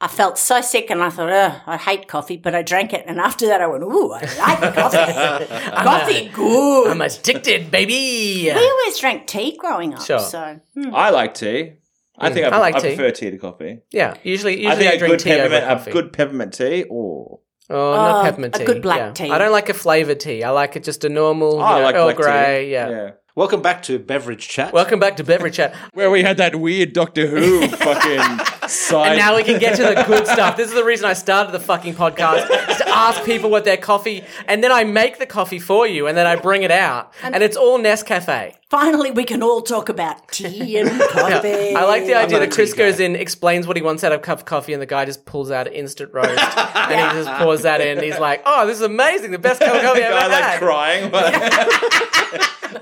I felt so sick, and I thought, "Ugh, I hate coffee," but I drank it. And after that, I went, "Ooh, I like coffee. coffee, good." I'm addicted, baby. we always drank tea growing up, Sure. so I like tea. I think I, I like I tea. prefer tea to coffee. Yeah, usually usually I, I think a drink good tea over peppermint, coffee. a good peppermint tea. Or oh, not Oh, peppermint a tea. good black yeah. tea. I don't like a flavored tea. I like it just a normal you Oh, I know, like Earl black Grey. tea. Yeah. Welcome back to Beverage Chat. Welcome back to Beverage Chat. Where we had that weird Doctor Who fucking side. And now we can get to the good stuff. This is the reason I started the fucking podcast is to ask people what their coffee, and then I make the coffee for you, and then I bring it out, and it's all Nescafe. finally we can all talk about tea and coffee. I like the idea not that a Chris tea guy. goes in, explains what he wants out of a cup of coffee, and the guy just pulls out an instant roast, and he just pours that in. He's like, "Oh, this is amazing! The best cup of coffee I've I ever like had." crying.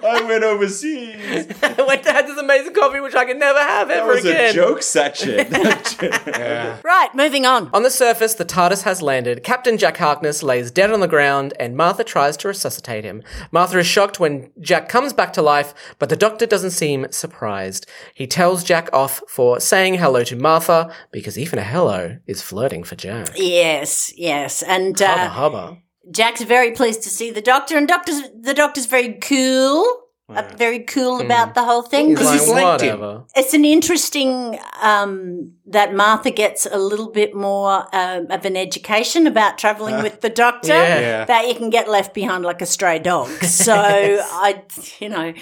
I went overseas. I went to have this amazing coffee, which I could never have That ever was again. a joke section. right, moving on. On the surface, the TARDIS has landed. Captain Jack Harkness lays dead on the ground, and Martha tries to resuscitate him. Martha is shocked when Jack comes back to life, but the doctor doesn't seem surprised. He tells Jack off for saying hello to Martha, because even a hello is flirting for Jack. Yes, yes, and Hubba uh, hubba. Jack's very pleased to see the doctor, and doctor's the doctor's very cool, uh, very cool about the whole thing. Hmm. He's like, This is- whatever. it's an interesting um, that Martha gets a little bit more um, of an education about traveling with the doctor. Uh, Yeah. Yeah. That you can get left behind like a stray dog. So I, you know,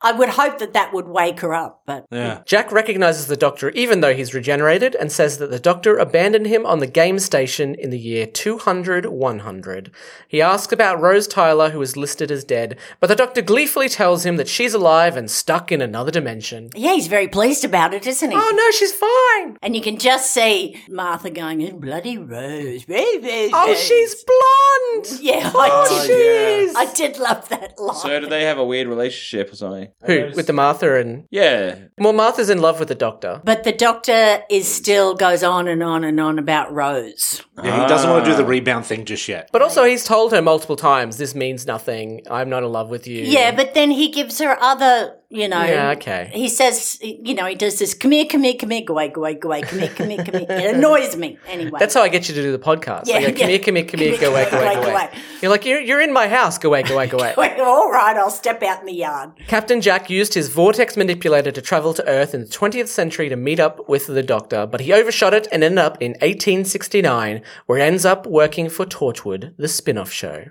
I would hope that that would wake her up. But Jack recognizes the Doctor even though he's regenerated and says that the Doctor abandoned him on the game station in the year 200 100. He asks about Rose Tyler, who is listed as dead, but the Doctor gleefully tells him that she's alive and stuck in another dimension. yeah, he's very pleased about it, isn't he? Oh no, she's fine! And you can just see Martha going, "Oh, bloody Rose. Oh, Oh, she's Oh, blonde! Yeah, I She did. is! I did love that line. so do they have a weird relationship or something? Who? With the Martha and. Yeah. Well, Martha's in love with the Doctor. But the doctor is still goes on and on and on about Rose. Yeah, he doesn't want to do the rebound thing just yet. But also, he's told her multiple times, this means nothing, I'm not in love with you. Yeah, but then he gives her other, you know. Yeah, okay. He says, you know, he does this, come here, come here, come here, go away, go away, go away, come here, come here, come here. It annoys me anyway. That's how I get you to do the podcast. Yeah, I go, come yeah. here, come here, come here, go away, go away, go away. You're like, you're, you're in my house, go away, go away, go away. Well, all right, I'll step out in the yard. Captain Jack used his vortex manipulator to travel to Earth in the 20th century to meet up with the Doctor, but he overshot it and ended up in 1869, where he ends up working for Torchwood, the spin off show.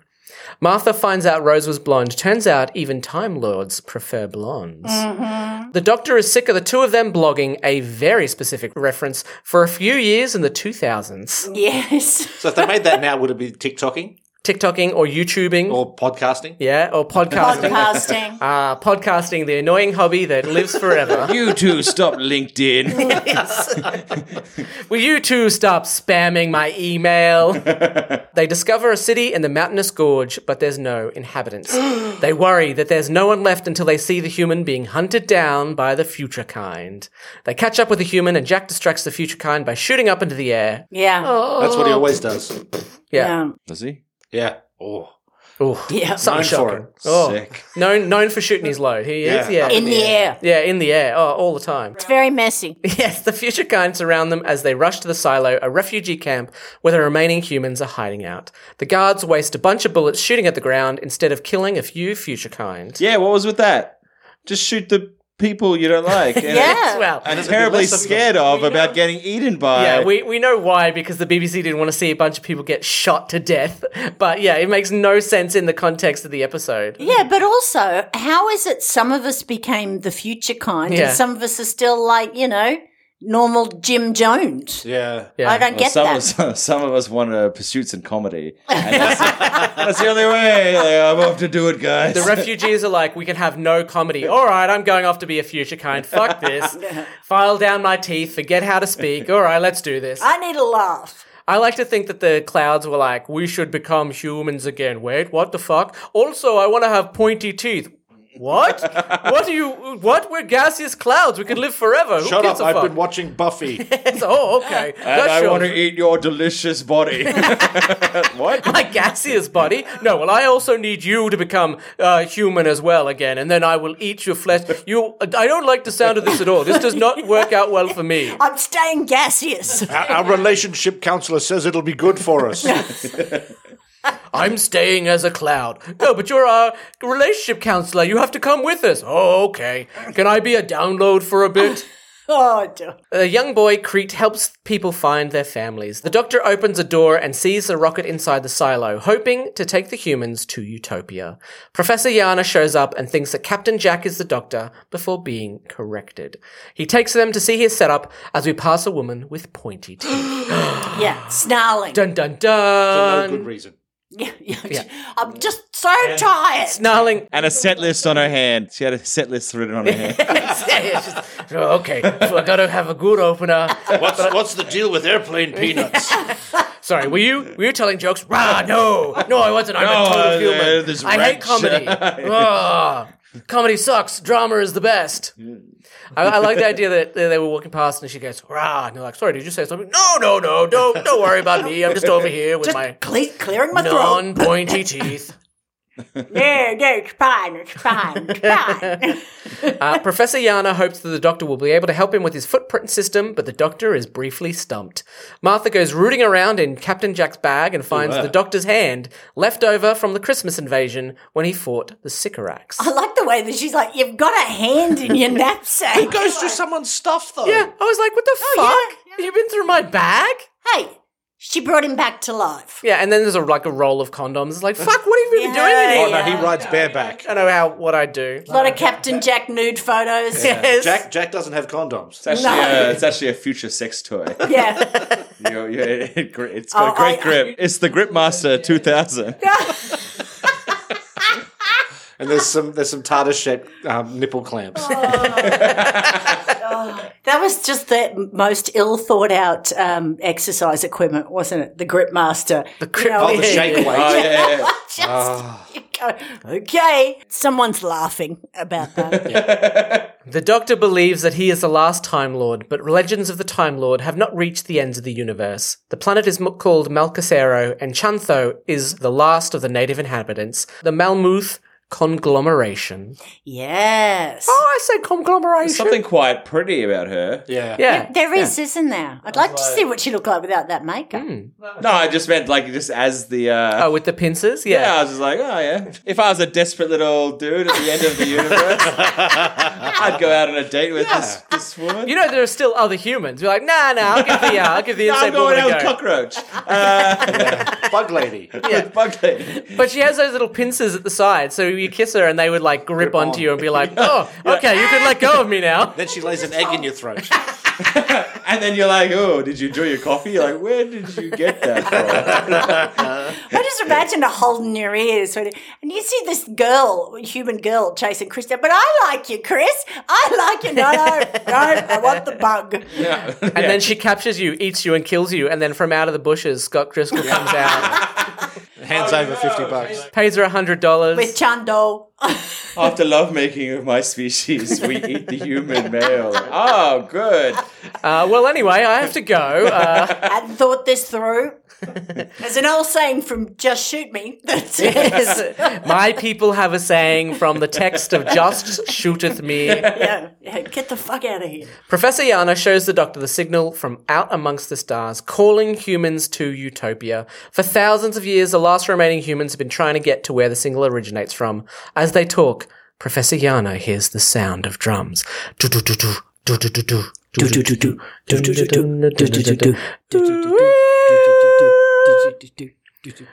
Martha finds out Rose was blonde. Turns out even Time Lords prefer blondes. The Doctor is sick of the two of them blogging, a very specific reference, for a few years in the 2000s. Yes. So if they made that now, would it be TikToking TikToking or YouTubing. or podcasting? Yeah, or podcasting. Podcasting. Ah, podcasting, the annoying hobby that lives forever. You two stop LinkedIn. Will you two stop spamming my email? they discover a city in the mountainous gorge, but there's no inhabitants. they worry that there's no one left until they see the human being hunted down by the future kind. They catch up with the human, and Jack distracts the future kind by shooting up into the air. yeah. That's what he always does. Yeah. yeah. Does he? Yeah. Oh. Ooh, Yeah. something Known for shocking. it. Oh, Sick. known known for shooting his load. He is, yeah, Yeah. In the air. yeah, in the air, oh, all the time. It's very messy. Yes, the future kind surround them as they rush to the silo, a refugee camp where the remaining humans are hiding out. The guards waste a bunch of bullets shooting at the ground instead of killing a few future kind. Yeah, what was with that? Just shoot the people you don't like. And Yeah. Well, I'm terribly scared of about getting eaten by. yeah, we, we know why because the BBC didn't want to see a bunch of people get shot to death. But yeah, it makes no sense in the context of the episode. Yeah, but also, how is it some of us became the future kind Yeah. and some of us are still like, you know, normal Jim Jones? Yeah. Yeah. I don't Well, get some, that. of us, some of us want uh, pursuits in comedy. And that's, that's the only way. Like, I'm off to do it, guys. The refugees are like, we can have no comedy. All right, I'm going off to be a future kind. Fuck this. File down my teeth, forget how to speak. All right, let's do this. I need a laugh. I like to think that the clouds were like, we should become humans again. Wait, what the fuck? Also, I want to have pointy teeth. What? what do you? What? We're gaseous clouds. We can live forever. Who Shut gives up! a I've fuck? been watching Buffy. It's- oh, okay. and I sure. want to eat your delicious body. what? My gaseous body. No, well, I also need you to become uh, human as well again, and then I will eat your flesh. You. I don't like the sound of this at all. This does not work out well for me. I'm staying gaseous. our, our relationship counselor says it'll be good for us. I'm staying as a cloud. No, but you're a relationship counselor. You have to come with us. Oh, okay. Can I be a download for a bit? oh, dear. A young boy, Crete, helps people find their families. The doctor opens a door and sees a rocket inside the silo, hoping to take the humans to utopia. Professor Yana shows up and thinks that Captain Jack is the doctor before being corrected. He takes them to see his setup as we pass a woman with pointy teeth. yeah, snarling. dun dun dun. no good reason. Yeah, yeah. I'm just so tired. Snarling And a set list on her hand. She had a set list written on her hand. Yeah, it's just, "Oh, okay, so I gotta have a good opener. What's what's the deal with airplane peanuts? Sorry, were you were you telling jokes? Rah, no, no, I wasn't. I'm a No, total uh, human. this I hate wretch. comedy. Rah. Comedy sucks. Drama is the best. I, I like the idea that they they were walking past and she goes, "Rah," and they're like, "Sorry, did you say something?" No, no, no, don't don't worry about me. I'm just over here with my Cle- clearing my throat. non-pointy teeth. Yeah, yeah, it's fine, it's fine, it's fine. Uh, Professor Yana hopes that the doctor will be able to help him with his footprint system, but the doctor is briefly stumped. Martha goes rooting around in Captain Jack's bag and finds the ah. doctor's hand left over from the Christmas invasion when he fought the Sycorax. I like the way that she's like, you've got a hand in your knapsack. Goes through someone's stuff though. yeah, I was like, what the Oh, yeah, fuck? You've been through my bag? hey, she brought him back to life. Yeah, and then there's a, like a roll of condoms. It's like, fuck, what have you been Yeah, doing in here? Oh no, he rides bareback. I don't know how what I do. A lot of Captain Jack nude photos. Yes. Jack Jack doesn't have condoms. It's actually, uh, it's actually a future sex toy. Yeah. You- you- it, gri- it's got Oh, a great I- grip. it's the Grip Master 2000. And there's some there's some TARDIS shaped um, nipple clamps. That was just the most ill thought out um, exercise equipment, wasn't it? The grip master. The grip Oh, the shake Oh, weight. yeah, yeah, yeah. Just you go, okay. Someone's laughing about that. The Doctor believes that he is the last Time Lord, but legends of the Time Lord have not reached the ends of the universe. The planet is m- called Malcacero, and Chantho is the last of the native inhabitants, the Malmuth conglomeration. yes. Oh, I said conglomeration. Something quite pretty about her. Yeah. yeah. There is, isn't there? I'd like to see what she looked like without that makeup. No, I just meant like just as the. Uh, Oh, with the pincers? Yeah, Yeah. I was just like, oh yeah. If I was a desperate little dude at the end of the universe, I'd go out on a date with this, this woman. You know, there are still other humans. You're like, nah, nah, I'll give the, uh, I'll give the I'm insect going woman out a with go. cockroach. Uh, Bug lady. with bug lady. But she has those little pincers at the side, so you kiss her and they would like grip, onto on. you and be like, oh, okay, you can let go of me now. Then she lays an egg in your throat. And then you're like, oh, did you enjoy your coffee? You're like, where did you get that from? I just imagine a hole in your ears. When, and you see this girl, human girl, chasing Chris down. But I like you, Chris. I like you. No, no, no. I want the bug. Yeah. And then she captures you, eats you, and kills you. And then from out of the bushes, Scott Driscoll comes out, Hands over fifty bucks. pays her a hundred dollars. With Chando. After lovemaking of my species, we eat the human male. Oh, good. Uh, well, anyway, I have to go. Uh, Hadn't thought this through. There's an old saying from Just Shoot Me that says, my people have a saying from the text of Just Shooteth Me. yeah, yeah, get the fuck out of here. Professor Yana shows the doctor the signal from out amongst the stars, calling humans to utopia. For thousands of years, the last remaining humans have been trying to get to where the signal originates from. As they talk, Professor Yana hears the sound of drums. Do-do-do-do, do-do-do-do, do-do-do-do, do-do-do-do, do-do-do-do, do-do-do-do.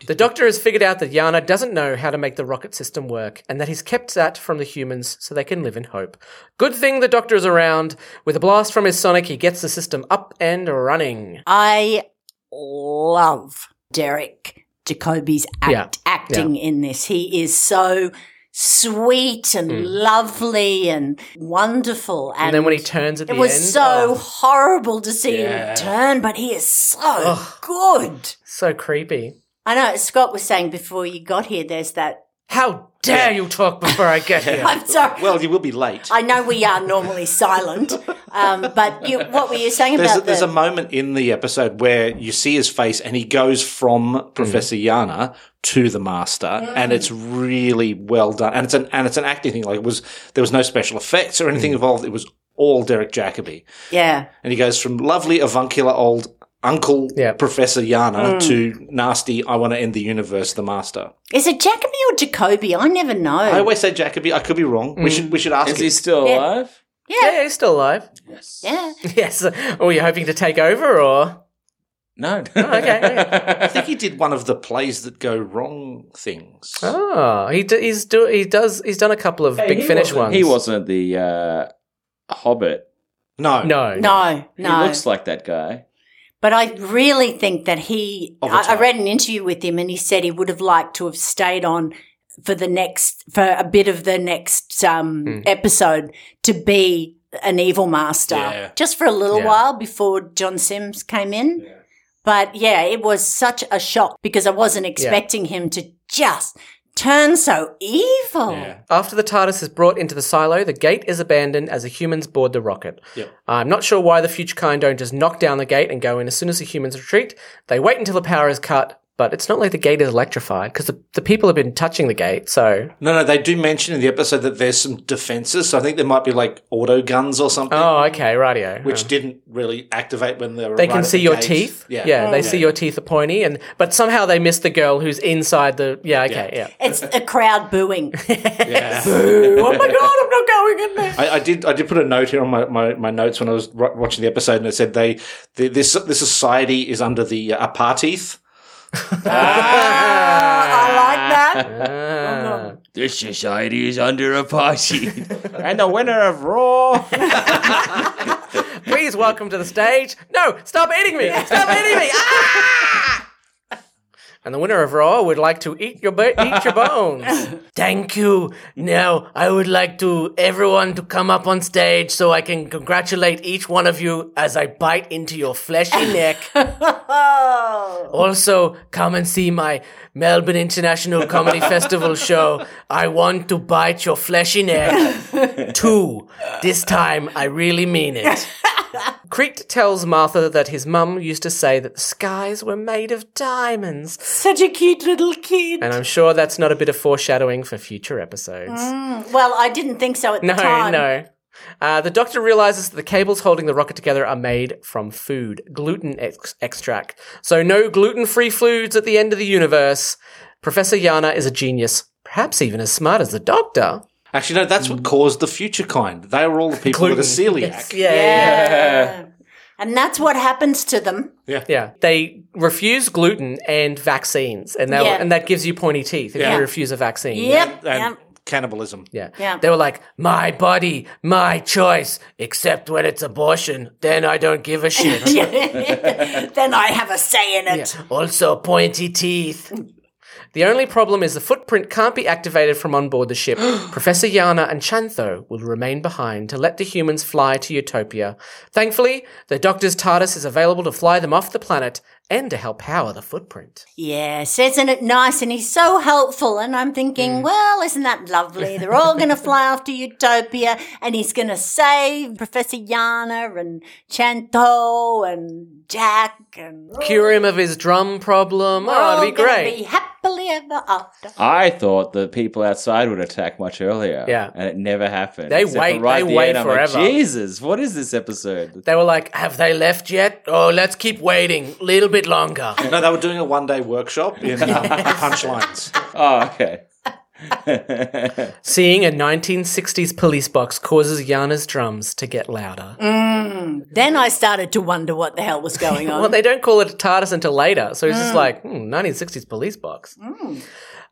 The doctor has figured out that Yana doesn't know how to make the rocket system work, and that he's kept that from the humans so they can live in hope. Good thing the doctor is around. With a blast from his sonic, he gets the system up and running. I love Derek Jacobi's act, Yeah, acting in this. He is so sweet and lovely and wonderful. And, And then when he turns at the it was end, so oh, horrible to see him turn, but he is so good. so creepy. I know Scott was saying before you got here. There's that. How dare you talk before I get here? I'm sorry. Well, you will be late. I know we are normally silent, um, but you, what were you saying There's a, about there's the, a moment in the episode where you see his face and he goes from Professor Mm-hmm. Yana to the Master, and it's really well done. And it's an and it's an acting thing. Like it was there was no special effects or Mm. anything involved. It was all Derek Jacobi, yeah? and he goes from lovely avuncular old Uncle Yeah. Professor Yana to nasty. I want to end the universe, the Master. Is it Jacobi or Jacobi? I never know. I always say Jacobi. I could be wrong. We should we should ask. Mm. Is him. he still Yeah. alive? yeah, yeah, he's still alive. yeah. Yes. Oh, you're hoping to take over, or No. Oh, okay. I think he did one of the plays that go wrong things. oh, he d- he's do he does he's done a couple of big finish ones. He wasn't the uh, Hobbit. No, no, No, no. He looks like that guy. but I really think that he. Of the I, I time. read an interview with him, and he said he would have liked to have stayed on for the next for a bit of the next um, Hmm. episode to be an evil master, Yeah. just for a little Yeah. while before John Sims came in. But yeah, it was such a shock because I wasn't expecting him to just turn so evil. Yeah. After the TARDIS is brought into the silo, the gate is abandoned as the humans board the rocket. I'm not sure why the future kind don't just knock down the gate and go in as soon as the humans retreat. They wait until the power is cut, but it's not like the gate is electrified because the, the people have been touching the gate, so. No, no, they do mention in the episode that there's some defenses. So I think there might be like auto guns or something, Oh, okay, radio. which didn't really activate when they were. they right can at see the your gate. teeth. Yeah, they see your teeth are pointy, and but somehow they miss the girl who's inside the. Yeah, okay, yeah. It's a crowd booing. oh my god, I'm not going in there. I, I did. I did put a note here on my, my, my notes when I was ro- watching the episode, and it said they the, this this society is under the uh, apartheid. Ah, I like that. This society is under a party. and the winner of Raw. Please welcome to the stage. No, stop eating me. Stop eating me. Ah! And the winner of Raw would like to eat your ba- eat your bones. Thank you. Now I would like to everyone to come up on stage so I can congratulate each one of you as I bite into your fleshy neck. also, come and see my Melbourne International Comedy Festival show. I want to bite your fleshy neck. Two. This time I really mean it. Crete tells Martha that his mum used to say that the skies were made of diamonds. Such a cute little kid. And I'm sure that's not a bit of foreshadowing for future episodes. Well, I didn't think so at no, the time. no. Uh, the doctor realizes that the cables holding the rocket together are made from food, gluten ex- extract. So, no gluten free foods at the end of the universe. Professor Yana is a genius, perhaps even as smart as the doctor. Actually, no, that's what Mm. caused the future kind. They were all the people that are celiac. Yeah. And that's what happens to them. Yeah, they refuse gluten and vaccines, and they Yeah. and that gives you pointy teeth if Yeah. you refuse a vaccine. Yep. And yep. cannibalism. Yeah. Yeah. They were like, my body, my choice, except when it's abortion, then I don't give a shit. then I have a say in it. also, pointy teeth. The only problem is the footprint can't be activated from on board the ship. Professor Yana and Chantho will remain behind to let the humans fly to Utopia. Thankfully, the Doctor's TARDIS is available to fly them off the planet, and to help power the footprint. Yes, isn't it nice? And he's so helpful. And I'm thinking, well, isn't that lovely? They're all going to fly off to Utopia and he's going to save Professor Yana and Chanto and Jack and Cure him of his drum problem. We're Oh, all it'd be gonna great. Be happily ever after. I thought the people outside would attack much earlier. Yeah. And it never happened. They Except for wait- right they at the wait end, I'm like, forever. Jesus, what is this episode? They were like, "Have they left yet? Oh, let's keep waiting a little bit longer." No, they were doing a one day workshop in um, punchlines. Oh, okay. Seeing a 1960s police box causes Yana's drums to get louder. Then I started to wonder what the hell was going on. Well, they don't call it a TARDIS until later, so he's just like, hmm, 1960s police box.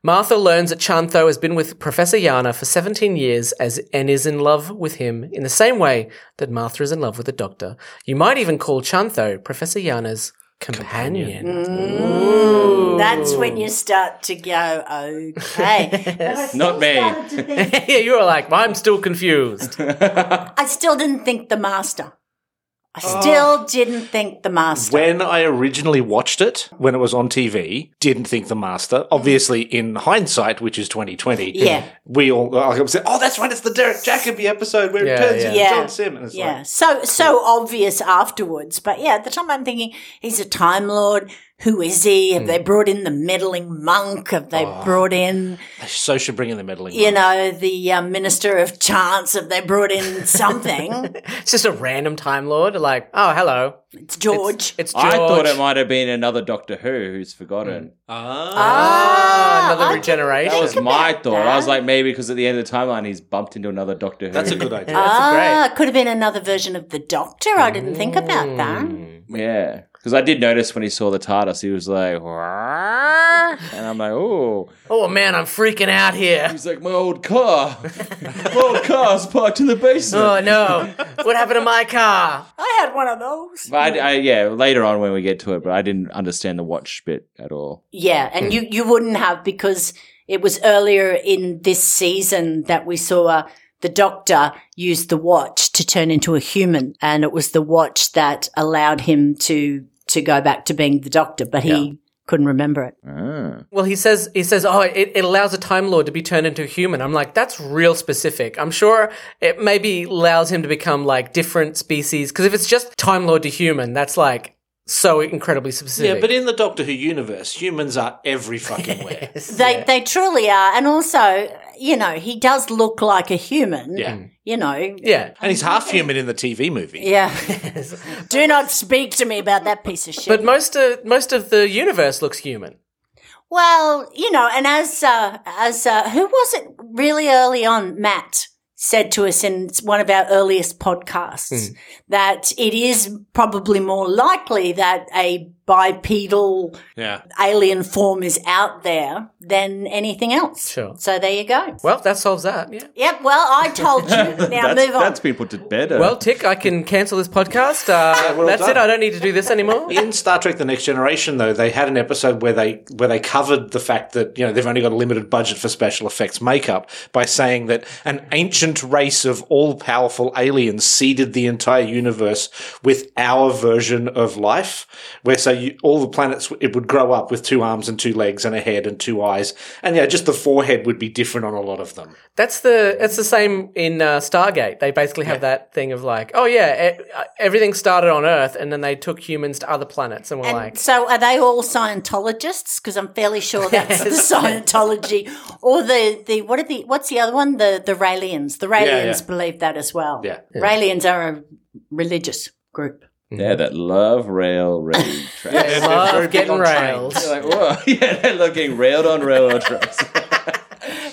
Martha learns that Chantho has been with Professor Yana for 17 years as, and is in love with him in the same way that Martha is in love with the Doctor. You might even call Chantho Professor Yana's companion. That's when you start to go, okay. But I Not still me. started to think- yeah, you were like, I'm still confused. I still didn't think the master. I still didn't think the master. When I originally watched it, when it was on TV, didn't think the master. Obviously, in hindsight, which is twenty twenty, Yeah. we all like, I was like, oh, that's right, it's the Derek Jacobi episode where Yeah, it turns yeah. into Yeah. John Sim, and it's yeah, like, so so obvious afterwards. But yeah, at the time I'm thinking he's a time lord. Who is he? Have they brought in the meddling monk? Have they brought in so should bring in the meddling. you know the uh, minister of chance? Have they brought in something? It's just a random Time Lord, like, oh, hello. it's George. It's George. I thought it might have been another Doctor Who who's forgotten. Mm. Uh, Ah, I another didn't regeneration. That was my about thought. I was that. like, maybe because at the end of the timeline, he's bumped into another Doctor Who. That's a good idea. ah, it could have been another version of the Doctor. I didn't think about that. Yeah. Because I did notice when he saw the TARDIS, he was like, "Wah?" and I'm like, oh. oh, man, I'm freaking out here. He's like, my old car. my old car's parked in the basement. Oh, no. what happened to my car? I had one of those. But I, I, yeah, later on when we get to it, but I didn't understand the watch bit at all. Yeah, and you you wouldn't have because it was earlier in this season that we saw uh, the doctor use the watch to turn into a human, and it was the watch that allowed him to to go back to being the doctor, but he couldn't remember it. Ah. Well, he says he says, "Oh, it, it allows a time lord to be turned into a human." I'm like, that's real specific. I'm sure it maybe allows him to become like different species because if it's just time lord to human, that's like so incredibly specific. Yeah, but in the Doctor Who universe, humans are every fucking where. They they truly are, and also you know he does look like a human. Yeah. you know. yeah. and he's half human in the TV movie. Yeah. Do not speak to me about that piece of shit. But most of most of the universe looks human. Well, you know, and as uh, as uh, who was it really early on? Matt said to us in one of our earliest podcasts that it is probably more likely that a bipedal Yeah. alien form is out there than anything else. Sure. So there you go. Well, that solves that. Yeah. Yep. Well, I told you. Now That's, move on. that's been put to bed. uh, Well, tick. I can cancel this podcast. Uh, we're all that's it. done. I don't need to do this anymore. In Star Trek: The Next Generation, though, they had an episode where they where they covered the fact that you know they've only got a limited budget for special effects makeup by saying that an ancient race of all powerful aliens seeded the entire universe with our version of life, where so you, all the planets it would grow up with two arms and two legs and a head and two eyes, and yeah, just the forehead would be different on a lot of them. That's the it's the same in uh, Stargate. They basically have that thing of like, oh yeah, e- uh, everything started on Earth, and then they took humans to other planets, and were And like, so, are they all Scientologists? Because I'm fairly sure that's the Scientology or the the what are the what's the other one? The the Raelians. The Raelians yeah. believe that as well. Yeah. Raelians are a religious group. yeah, that love rail rail track. I they're very love big "Oh, getting on trains. railed. They're like, whoa. yeah, they're looking railed on railroad tracks.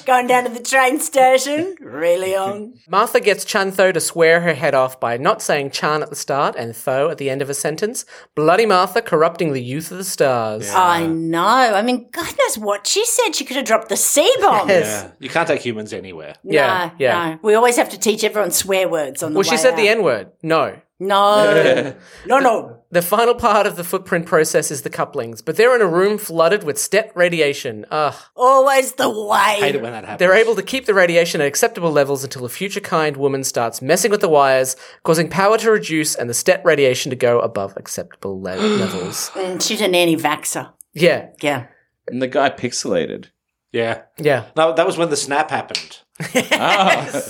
Going down to the train station, really on. Martha gets Chan Tho to swear her head off by not saying Chan at the start and Tho at the end of a sentence. Bloody Martha corrupting the youth of the stars. I know. I mean, God knows what she said. She could have dropped the C bomb. Yeah. You can't take humans anywhere. Yeah, no, yeah. no. We always have to teach everyone swear words on the Well, she way said the out. N word. No. No. no, no. The final part of the footprint process is the couplings, but they're in a room flooded with step radiation. Ugh. Always the Hate it way. when that happens. They're able to keep the radiation at acceptable levels until a future kind woman starts messing with the wires, causing power to reduce and the step radiation to go above acceptable le- levels. And Mm, she's an anti vaxxer. Yeah, Yeah. And the guy pixelated. yeah. yeah. No, that was when the snap happened. Oh,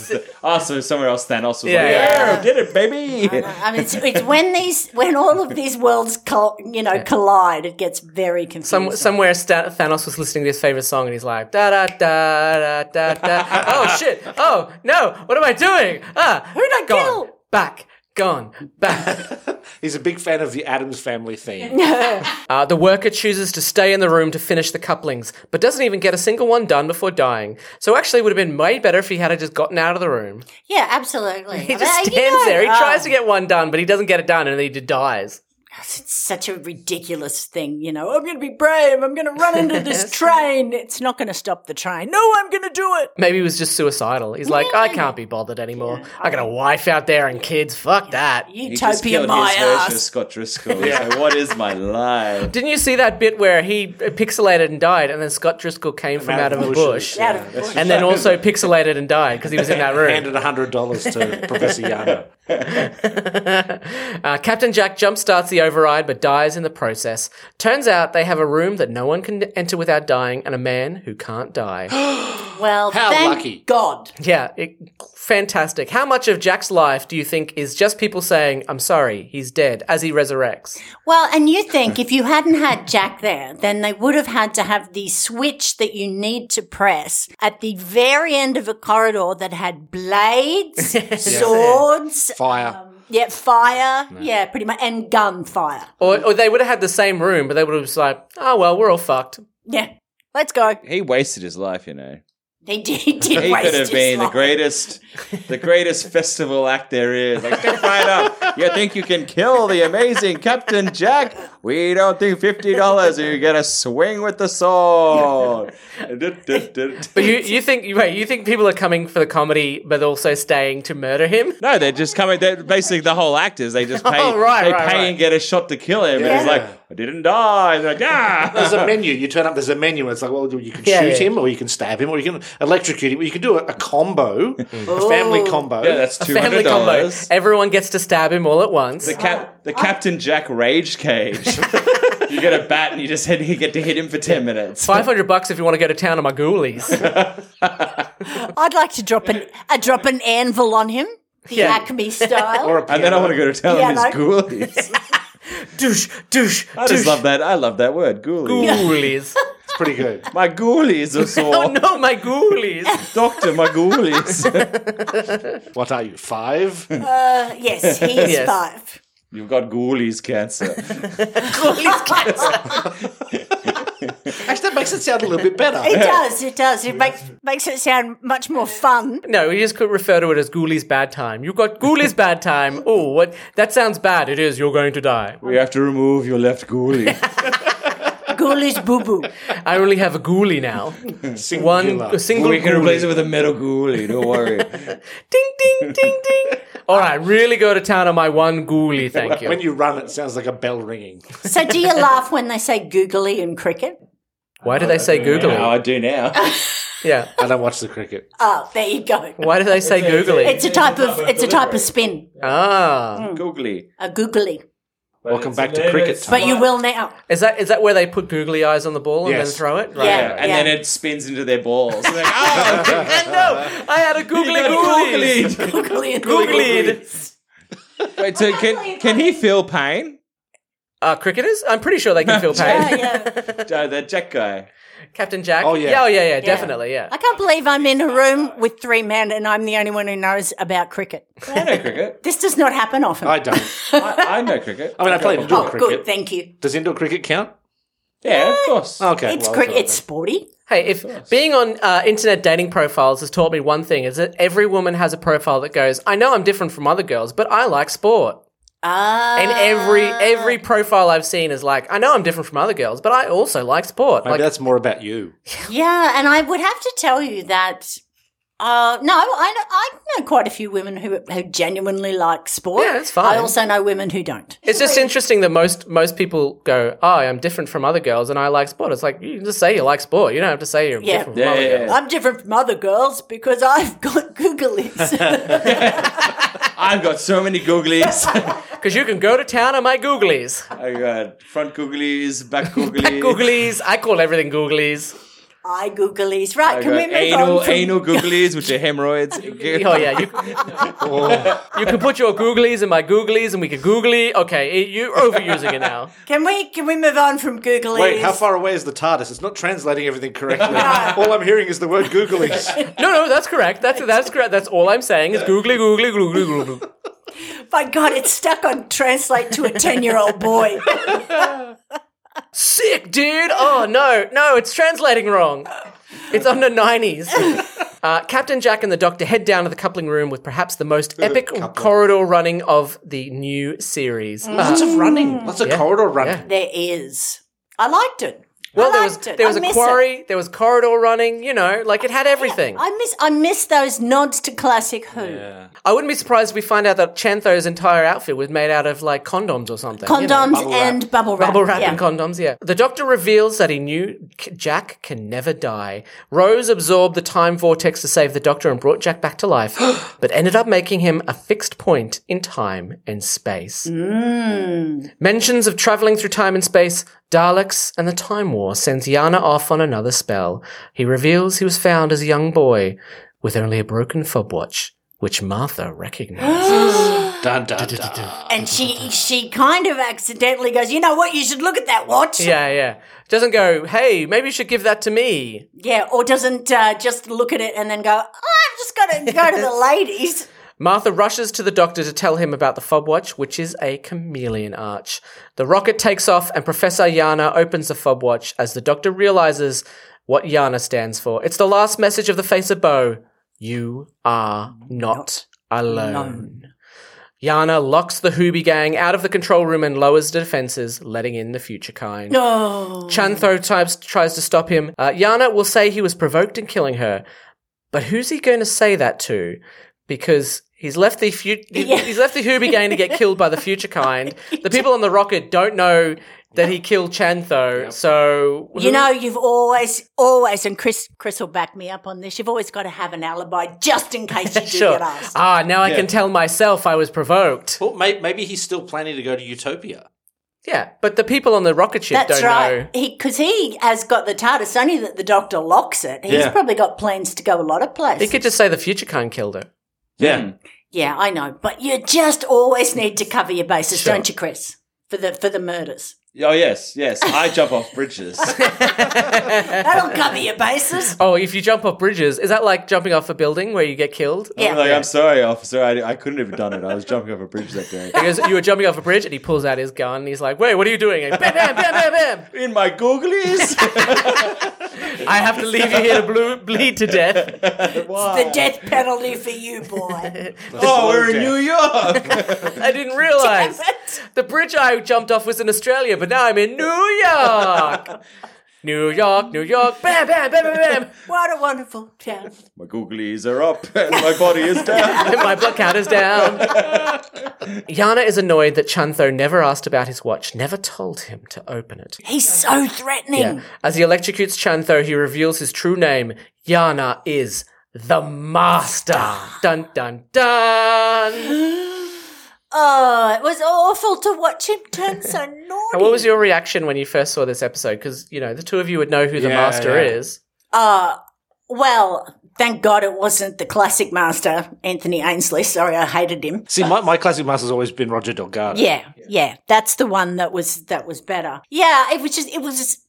oh so somewhere else Thanos was Yeah. like, yeah, did it, baby. I mean, it's, it's when these, when all of these worlds, col- you know, collide, it gets very confusing. Some, somewhere Sta- Thanos was listening to his favorite song and he's like, da da da da da da. oh shit! Oh no! What am I doing? Ah, who'd I gone? kill? Back, gone, back. He's a big fan of the Adams Family theme. Uh, the worker chooses to stay in the room to finish the couplings, but doesn't even get a single one done before dying. So actually, it would have been way better if he had just gotten out of the room. yeah, absolutely. He just stands there. He tries to get one done, but he doesn't get it done, and then he just dies. oh, It's such a ridiculous thing, you know. I'm going to be brave. I'm going to run into this train. It's not going to stop the train. No, I'm going to do it. Maybe he was just suicidal. He's like, I can't be bothered anymore. I got a wife out there and kids. Fuck that. He just Utopia, killed my his version of ass. Scott Driscoll. He's like, what is my life? Didn't you see that bit where he pixelated and died, and then Scott Driscoll came from out of a bush? Out of the bush. And then also pixelated and died because he was in that room. Handed hundred dollars to Professor Yano. Uh, Captain Jack jumpstarts the override but dies in the process. Turns out they have a room that no one can enter without dying and a man who can't die. Well, How thank lucky. God. yeah, it, fantastic. How much of Jack's life do you think is just people saying, I'm sorry, he's dead, as he resurrects? Well, and you think if you hadn't had Jack there, then they would have had to have the switch that you need to press at the very end of a corridor that had blades, swords, Fire. yeah, fire, yeah, pretty much, and gunfire. Or, or they would have had the same room, but they would have just like, oh, well, we're all fucked. Yeah, let's go. He wasted his life, you know. They did, he did He waste could have his been the life. greatest, the greatest festival act there is. Like, step right up. You think you can kill the amazing Captain Jack? We don't think fifty dollars. You get a swing with the sword. But you, you think you- wait, you think people are coming for the comedy, but also staying to murder him? No, they're just coming. They're basically the whole act is they just pay. Oh, right, they right, pay right. and get a shot to kill him. And he's Yeah. like, I didn't die. And they're like, ah. There's a menu. You turn up. There's a menu. It's like, well, you can Yeah, shoot yeah. him, or you can stab him, or you can electrocute him, or you can do a, a combo, Mm-hmm. a family combo. Yeah, that's two Family hundred combo. dollars. Everyone gets to stab him all at once. The cap, the Captain Jack rage cage. you get a bat and you just hit, you get to hit him for ten minutes. Five hundred bucks if you want to go to town on my ghoulies. I'd like to drop an I drop an anvil on him, the Yeah. Acme style. Or a And then I want to go to tell Yeah, him no. his ghoulies. douche, douche, I just love that. I love that word, ghoulies. ghoulies. It's pretty good. My ghoulies are sore. oh no, my ghoulies. Doctor, my ghoulies. What are you five? Uh, yes, he is Yes. five. You've got ghoulies cancer. ghoulies cancer. Actually, that makes it sound a little bit better. It does, it does. It makes makes it sound much more fun. No, we just could refer to it as ghoulies bad time. You got ghoulies bad time. Oh, what? That sounds bad. It is. You're going to die. we have to remove your left ghoulie. Ghoulies boo boo. I only have a ghoulie now. One Singular. a single. we can ghoulie. replace it with a metal ghoulie. Don't worry. Ding, ding, ding, ding. All right, really go to town on my one ghoulie. Thank When you. you run, it sounds like a bell ringing. So do you laugh when they say googly in cricket? Why do they say Now googly? I do now. Yeah. I don't watch the cricket. Oh, there you go. Why do they say googly? It's a type of it's a type of spin. Ah, Um, Googly. A googly. Welcome back to cricket time. But you will now. is that is that where they put googly eyes on the ball and then Yes. throw it? Right. Yeah. And then it spins into their balls. They're like, "Ah, oh, And no, I had a googly googly. Googly in Googlied. Wait, so can can he feel pain? Uh, cricketers? I'm pretty sure they can feel pain. Yeah, yeah. Uh, that Jack guy. Captain Jack? Oh, yeah. Oh, yeah, yeah, definitely, yeah. I can't believe I'm in a room with three men and I'm the only one who knows about cricket. I know cricket. This does not happen often. I don't. I, I know cricket. I mean, I played indoor oh, cricket. good, thank you. Does indoor cricket count? Yeah, of course. Okay. It's well, cricket. okay. It's sporty. Hey, if being on uh, internet dating profiles has taught me one thing, is that every woman has a profile that goes, I know I'm different from other girls, but I like sport. Ah, And every every profile I've seen is like, I know I'm different from other girls, but I also like sport. Maybe Like, that's more about you. yeah. And I would have to tell you that Uh, no, I know, I know quite a few women who, who genuinely like sport. Yeah, it's fine. I also know women who don't. It's just interesting that most most people go, "Oh, I'm different from other girls, and I like sport." It's like you can just say you like sport. You don't have to say you're Yeah. different from Yeah, other yeah, girls. yeah. I'm different from other girls because I've got googlies. I've got so many googlies. Because you can go to town on my googlies, I got front googlies, back googlies, googlies. I call everything googlies. I googlies. Right, I can we got move anal on? From, anal googlies, which are hemorrhoids. Oh yeah, you, you can put your googlies in my googlies, and we can googly. Okay, you're overusing it now. Can we can we move on from googlies? Wait, how far away is the TARDIS? It's not translating everything correctly. All I'm hearing is the word googlies. No, no, that's correct. That's that's correct. That's all I'm saying is googly, googly, googly, googly. My God, it's stuck on translate to a ten-year-old boy. Sick, dude. Oh no, no, it's translating wrong. It's under nineties. Uh, Captain Jack and the Doctor head down to the coupling room with perhaps the most epic corridor running of the new series. Mm. Uh, Lots of running. Lots of corridor running. there is. I liked it. well, I there was liked it. there was I a miss it. quarry, there was corridor running. You know, like it had everything. I miss I miss those nods to classic Who I wouldn't be surprised if we find out that Chantho's entire outfit was made out of like condoms or something. you know. condoms and bubble wrap. Bubble wrap Yeah. and condoms, yeah. The doctor reveals that he knew K- Jack can never die. Rose absorbed the time vortex to save the doctor and brought Jack back to life, but ended up making him a fixed point in time and space. Mm. Mentions of traveling through time and space, Daleks, and the Time War sends Yana off on another spell. He reveals he was found as a young boy with only a broken fob watch, which Martha recognizes. Dun, dun, dun. and she she kind of accidentally goes, you know what? You should look at that watch. yeah, yeah. Doesn't go, hey, maybe you should give that to me. Yeah, or doesn't uh, just look at it and then go, oh, I've just got to go to the ladies. Martha rushes to the doctor to tell him about the fob watch, which is a chameleon arch. The rocket takes off, and Professor Yana opens the fob watch as the doctor realizes what Yana stands for. It's the last message of the face of Bo You are not, alone. Yana locks the Hooby gang out of the control room and lowers the defenses, letting in the future kind. No. Chantho types, tries to stop him. Uh, Yana will say he was provoked in killing her, but who's he going to say that to? Because he's left the fu- he's left the Hubie gang to get killed by the future kind. The people on the rocket don't know that he killed Chantho, so You know, you've always, always, and Chris, Chris will back me up on this. You've always got to have an alibi just in case you do sure. get asked. Ah, now I can tell myself I was provoked. Well, may- maybe he's still planning to go to Utopia. Yeah, but the people on the rocket ship That's don't know. right. Because he, has got the TARDIS, only that the doctor locks it. He's Yeah. probably got plans to go a lot of He places. could just say the future kind killed her. Yeah. yeah, I know. But you just always need to cover your bases, don't you, Chris? For the for the murders. Oh yes, yes. I jump off bridges. That'll cover your bases. Oh, if you jump off bridges, is that like jumping off a building where you get killed? Yeah. like I'm sorry, officer. I, I couldn't have done it. I was jumping off a bridge that day. Because you were jumping off a bridge, and he pulls out his gun, and he's like, "Wait, what are you doing?" And bam, bam, bam, bam, bam. In my googlies. I have to leave you here to blue, bleed to death. Why? Oh. The death penalty for you, boy. Oh, we're in New York. I didn't realize the bridge I jumped off was in Australia, but now I'm in New York. New York, New York, bam, bam, bam, bam, bam. what a wonderful town. my googlies are up and my body is down. My blood count is down. Yana is annoyed that Chantho never asked about his watch, never told him to open it. He's so threatening. As he electrocutes Chantho, he reveals his true name. Yana is the master. Dun dun dun. Oh, it was awful to watch him turn so naughty. And what was your reaction when you first saw this episode? Because you know the two of you would know who the Yeah, master yeah. is. Uh, well, thank God it wasn't the classic master, Anthony Ainsley. Sorry, I hated him. See, my, my classic master's always been Roger Delgado. Yeah, yeah, that's the one that was that was better. Yeah, it was just it was just,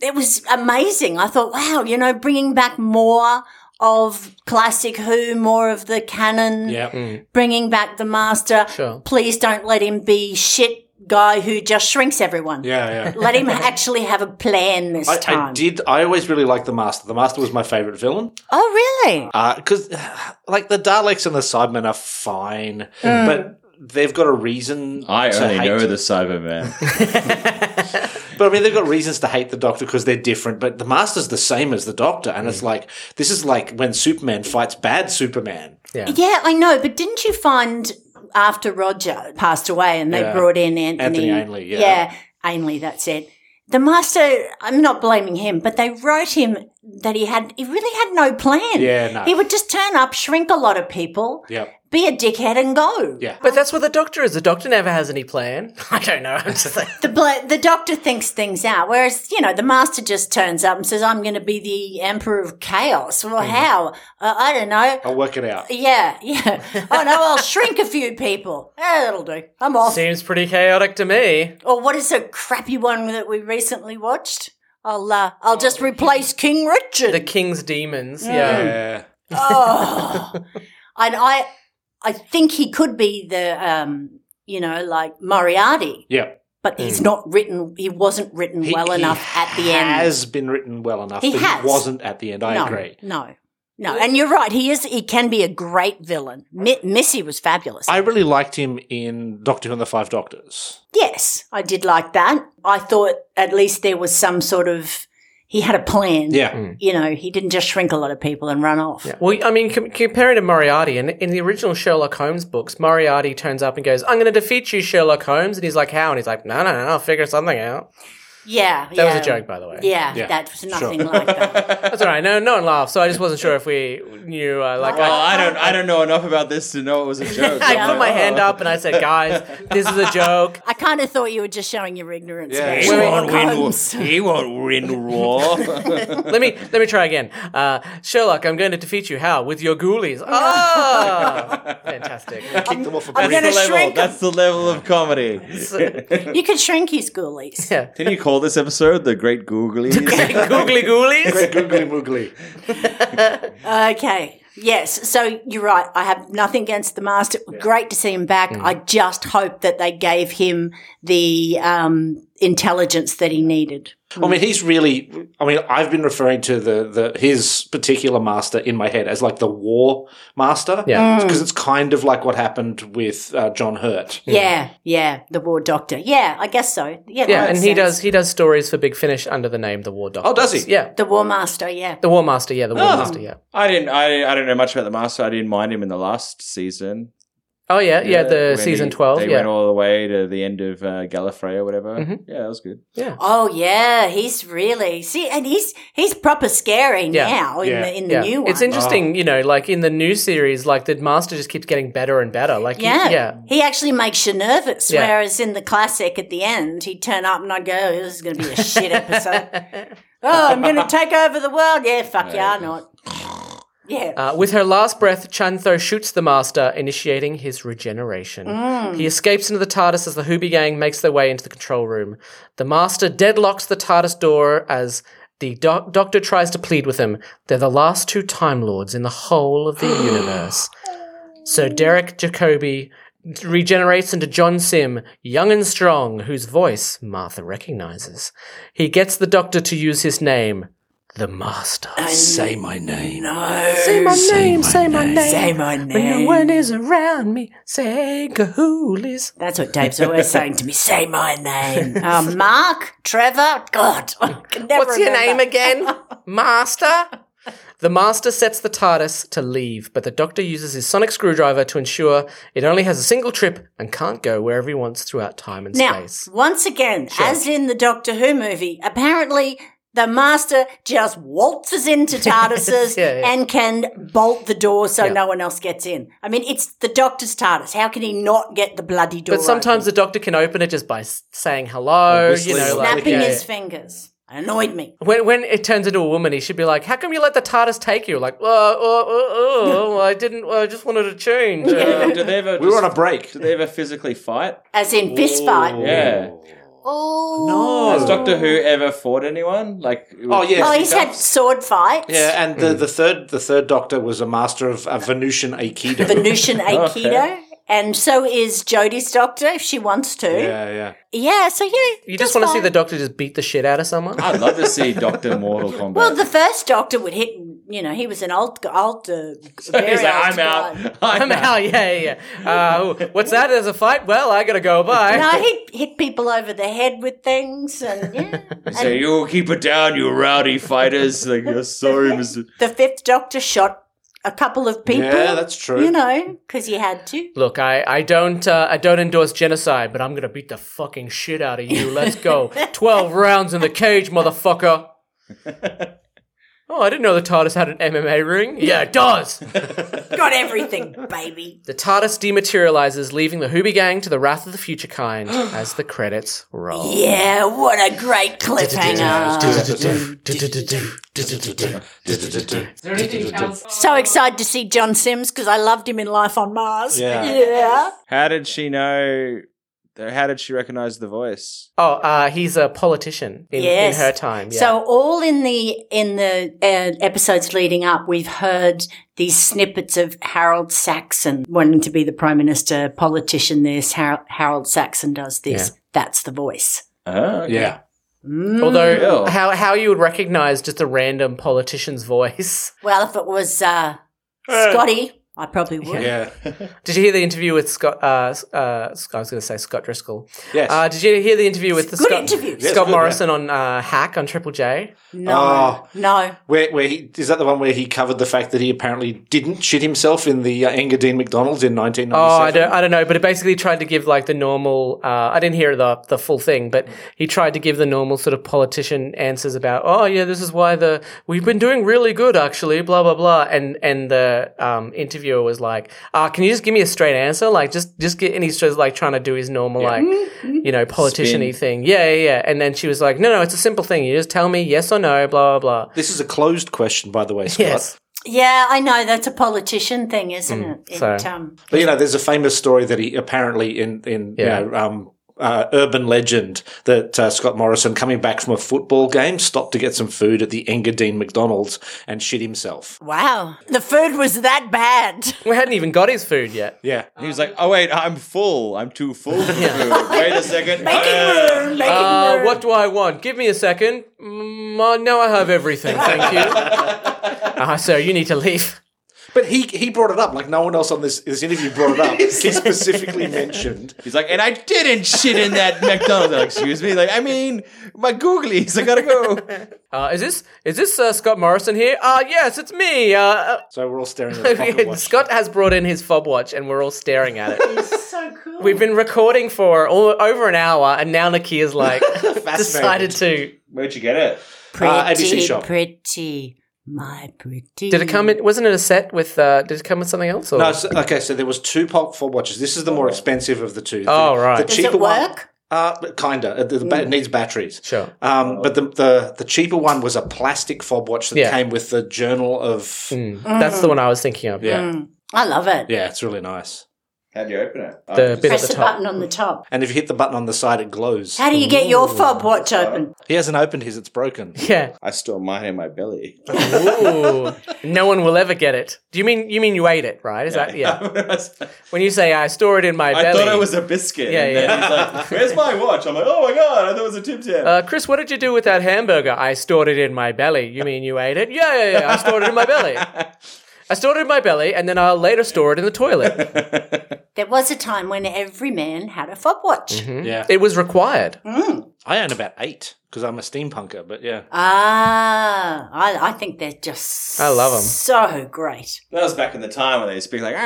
it was amazing. I thought, wow, you know, bringing back more of classic Who, more of the canon, Yeah. Mm. bringing back the master. Sure. Please don't let him be shit guy who just shrinks everyone. Yeah, yeah. Let him actually have a plan this I, time. I did. I always really liked the Master. The Master was my favorite villain Oh, really? because, like, the Daleks and the Cybermen are fine, but they've got a reason. Mm. I to only hate. know the Cyberman. But I mean, they've got reasons to hate the Doctor because they're different. But the Master's the same as the Doctor, and it's like this is like when Superman fights bad Superman. Yeah. Yeah, I know, but didn't you find after Roger passed away and they Yeah. brought in Anthony, Anthony Ainley, yeah. Ainley, that's it. The master, I'm not blaming him, but they wrote him that he had, he really had no plan. Yeah, no. He would just turn up, shrink a lot of people, Yep. be a dickhead and go. Yeah. But that's what the doctor is. The doctor never has any plan. I don't know. I'm just like, The, bla- the doctor thinks things out, whereas, you know, the master just turns up and says, I'm going to be the emperor of chaos. Well, Mm. how? Uh, I don't know. I'll work it out. Yeah, yeah. Oh, no, I'll shrink a few people. Eh, that'll do. I'm off. seems pretty chaotic to me. Or what is a crappy one that we recently watched? I'll uh, I'll Oh, just replace King Richard. The king's demons. Yeah. Yeah. oh, and I I think he could be the um you know like Moriarty, Yeah. but he's not written. He wasn't written Hmm. He- well he enough at the end. Has been written well enough. He but has. He wasn't at the end. I no, agree. no, no. And you're right. He is. He can be a great villain. Mi- Missy was fabulous. I really liked him in Doctor Who and the Five Doctors. yes, I did like that. I thought at least there was some sort of. He had a plan. Yeah. you know, he didn't just shrink a lot of people and run off. Well, I mean, com- comparing to Moriarty, and in the original Sherlock Holmes books, Moriarty turns up and goes, "I'm going to defeat you, Sherlock Holmes," and he's like, "How?" And he's like, "No, no, no, I'll figure something out." Yeah. That yeah. was a joke, by the way. Yeah, Yeah. that was nothing like that. That's all right. No, no one laughed, so I just wasn't sure if we knew. Uh, like, Well, I, I don't. I don't know enough about this to know it was a joke. I put I'm like, my oh. hand up and I said, "Guys, this is a joke." I kind of thought you were just showing your ignorance. about He Sherlock won't win. Holmes. war- He won't win war. Let me let me try again. Uh, Sherlock, I'm going to defeat you. How? With your ghoulies. Ah, fantastic. Kicked them off a I'm bridge. gonna the level. shrink him. That's the level of comedy. You could shrink his ghoulies. Yeah. Can you call this episode the Great Googly? Googly ghoulies. Googly moogly. Okay. Yes. So you're right. I have nothing against the master. Great to see him back. I just hope that they gave him the um, intelligence that he needed. I mean, he's really. I mean, I've been referring to the, the his particular master in my head as like the war master. Mm. Yeah. because it's kind of like what happened with uh, John Hurt. Yeah. Yeah. The war doctor. Yeah. I guess so. Yeah. that Yeah, and makes he sense. does he does stories for Big Finish under the name The War Doctor. Oh, does he? Yeah. The war master. Yeah. The War Master, yeah, the War Master, yeah. I didn't. I, I don't know much about the master. I didn't mind him in the last season. Uh, Oh yeah, yeah, the when season he- twelve, They yeah. Mm-hmm. went all the way to the end of uh, Gallifrey or whatever. Yeah, that was good. Oh yeah, he's really see, and he's he's proper scary Yeah. now in Yeah. the in the yeah. new one. It's interesting, you know, like in the new series, like the master just keeps getting better and better. Like yeah. yeah. yeah. he actually makes you nervous. Yeah. Whereas in the classic, at the end, he'd turn up and I'd go, oh, "This is going to be a shit episode." oh, I'm going to take over the world. Yeah, fuck yeah, I'm not. Yeah, Uh, with her last breath, Chantho shoots the master, initiating his regeneration. He escapes into the TARDIS as the Hooby gang makes their way into the control room. The master deadlocks the TARDIS door as the doc- doctor tries to plead with him. They're the last two Time Lords in the whole of the universe. So Derek Jacobi regenerates into John Sim, young and strong, whose voice Martha recognizes. He gets the doctor to use his name, the Master. Say my name. Say my name, say my name. say my When name. no one is around me, say Gahoolies. That's what Dave's always saying to me. Say my name, uh, Mark, Trevor. God, I can never What's your remember. name again? Master? The Master sets the TARDIS to leave, but the Doctor uses his sonic screwdriver to ensure it only has a single trip and can't go wherever he wants throughout time and Now, space. once again, as in the Doctor Who movie, apparently the Master just waltzes into TARDISes Yeah, yeah. and can bolt the door so Yeah. no one else gets in. I mean, it's the Doctor's TARDIS. How can he not get the bloody door? But sometimes the Doctor can open it just by s- saying hello, you whistling know, or open? like, snapping yeah. his fingers annoyed me. When, when it turns into a woman, he should be like, "How come you let the TARDIS take you?" Like, "Oh, oh, oh, oh, I didn't. I just wanted to change." Uh, Uh, do they ever? We were on a just- break. Do they ever physically fight? As in fist fight. Yeah. Oh, Has Doctor Who ever fought anyone? Like, Oh, yeah. Oh, he's had sword fights. Yeah, and the, the third the third Doctor was a master of uh, Venusian Aikido. Venusian Aikido. And so is Jodie's doctor if she wants to. Yeah, yeah, yeah. so yeah. You just that's want to see fine. the doctor just beat the shit out of someone? I'd love to see Doctor Mortal Kombat. Well, the first Doctor would hit you know, he was an alt, alt, uh, very He's like, alt I'm god." out. I'm out. Yeah, yeah. yeah. Uh, what's that? There's a fight. Well, I gotta go. Bye. No, he hit people over the head with things, and yeah. So you keep it down, you rowdy fighters. Like, "Oh, sorry, Mr. the Fifth Doctor shot a couple of people. Yeah, that's true. You know, because he had to. Look, I, I don't uh, I don't endorse genocide, but I'm gonna beat the fucking shit out of you. Let's go. Twelve rounds in the cage, motherfucker. Oh, I didn't know the TARDIS had an MMA ring. Yeah, it does. Got everything, baby. The TARDIS dematerializes, leaving the Hoobie Gang to the wrath of the future kind as the credits roll. Yeah, what a great cliffhanger. so excited to see John Sims because I loved him in Life on Mars. Yeah. yeah. How did she know? How did she recognize the voice? Oh, uh, he's a politician in, Yes. in her time. Yeah. So all in the in the uh, episodes leading up, we've heard these snippets of Harold Saxon wanting to be the prime minister, politician. This Har- Harold Saxon does this. That's the voice. Mm. Oh, okay. Yeah. Although Yeah. how how you would recognize just a random politician's voice. Well, if it was uh, Scotty, I probably would. Yeah. Did you hear the interview with Scott? Uh, uh, Sc- I was going to say Scott Driscoll. Yes. Uh, did you hear the interview with the Good Scott, interview. Scott Morrison on uh, Hack on Triple J? No, Oh. no. Where, where he is that the one where he covered the fact that he apparently didn't shit himself in the uh, Engadine McDonald's in Oh, I 1997? don't, I don't know, but it basically tried to give like the normal. Uh, I didn't hear the the full thing, but he tried to give the normal sort of politician answers about, oh yeah, this is why the we've been doing really good actually, blah blah blah, and and the um, interviewer was like, uh, can you just give me a straight answer? Like just just get, and he's just like trying to do his normal like you know politician-y thing, yeah yeah yeah, and then she was like, no no, it's a simple thing, you just tell me yes or no, blah blah blah. This is a closed question, by the way, Scott. Yes. Yeah, I know. That's a politician thing, isn't it? Mm, so- It, um, But you know, there's a famous story that he apparently in in Yeah. you know, um, uh, urban legend that uh, Scott Morrison coming back from a football game stopped to get some food at the Engadine McDonald's and shit himself. wow, the food was that bad. We hadn't even got his food yet. Yeah, He was like, "Oh wait, I'm full. I'm too full. for food. Wait a second. Making room, making Uh, room. what do I want? Give me a second. Mm, uh, no, I have everything. Thank you. Ah, sir, you need to leave. but he he brought it up like no one else on this this interview brought it up. he specifically mentioned. He's like, and I didn't shit in that McDonald's. I'm like, excuse me. Like, I mean, my googlies. I gotta go. Uh, is this is this uh, Scott Morrison here? Uh, yes, it's me. Uh, Uh, So we're all staring at the pocket watch. Scott has brought in his fob watch, and we're all staring at it. so cool. We've been recording for all, over an hour, and now Nakia's like decided to. Where'd you get it? pretty, Uh, ABC shop. pretty, my pretty. Did it come in? Wasn't it a set with? Uh, did it come with something else? Or? No, Uh, so, okay, so there was two pop fob watches. This is the more expensive of the two. The- Oh, right. The Does cheaper it one, work? uh, but kinda. It, it ba- it needs batteries. Mm. Sure. Um, but the, the the cheaper one was a plastic fob watch that Yeah. Mm. came with the Journal of. That's the one I was thinking of. Yeah, I love it. yeah, it's really nice. How'd you open it? The bit at Press the the top. button on the top. And if you hit the button on the side, it glows. How do you get your fob watch open? He hasn't opened his; it's broken. Yeah. Oh, I store mine in my belly. Ooh, no one will ever get it. Do you mean you mean you ate it, right? Is that yeah? I When you say I store it in my belly, thought it was a biscuit. Yeah, and then yeah. He's like, where's my watch? I'm like, oh my god, I thought it was a Tim Tam. uh, Chris, what did you do with that hamburger? I stored it in my belly. You mean you ate it? Yeah, yeah, yeah. I stored it in my belly. I stored it in my belly, and then I'll later store it in the toilet. There was a time when every man had a fob watch. Yeah, It was required. Mm, I own about eight because I'm a steampunker. But yeah, Uh, Ah, I, I think they're just. I love 'em. So great. that was back in the time when they speak like, ah,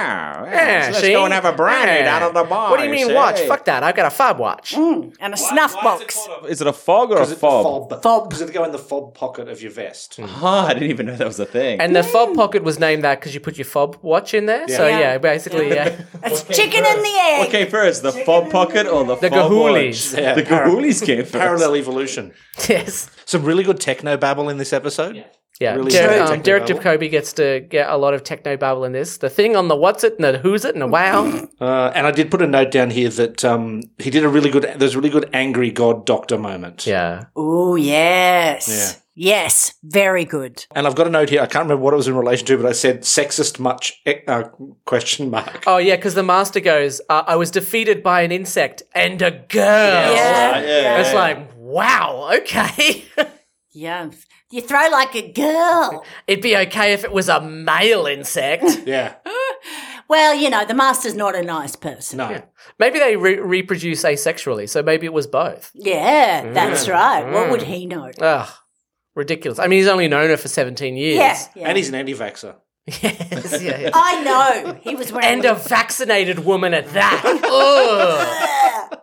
yeah, Yeah, so let's see? go and have a brandy Yeah. down at the eh?" bar. What do you mean see? Mm. watch? Fuck that! I've got a fob watch. And a snuff box. Is it a fog or a fob? Fob. because it go in the fob pocket of your vest. Mm-hmm. Ah, I didn't even know that was a thing. And the fob pocket was named that because you put your fob watch in there. So Yeah. yeah, basically yeah. It's chicken in the egg. Okay, first the fob pocket or the The fob Gahoolies. watch? Yeah, the par- Gahoolies came first. Parallel evolution. yes. Some really good techno babble in this episode. Yeah, Really Derek, strong um, Derek techno Jacobi gets to get a lot of techno babble in this. The thing on the what's it and the who's it and the wow. Uh, and I did put a note down here that um, he did a really good. There's a really good angry god doctor moment. yeah. Oh, yes. Yes. Very good. And I've got a note here. I can't remember what it was in relation to, but I said sexist much eh, uh, question mark. Oh yeah, because the master goes, uh, "I was defeated by an insect and a girl." Yeah. Yeah, yeah, It's yeah. like, wow, okay. Yeah. You throw like a girl. It'd be okay if it was a male insect. Yeah. Well, you know, the master's not a nice person. No. maybe they re- reproduce asexually, so maybe it was both. Yeah, that's Mm. right. What would he know? Ugh, ridiculous. I mean, he's only known her for 17 years. Yeah, yeah. And he's an anti vaxxer. Yes, yeah, yeah. I know. He was wearing And uh, a vaccinated woman at that. Ugh.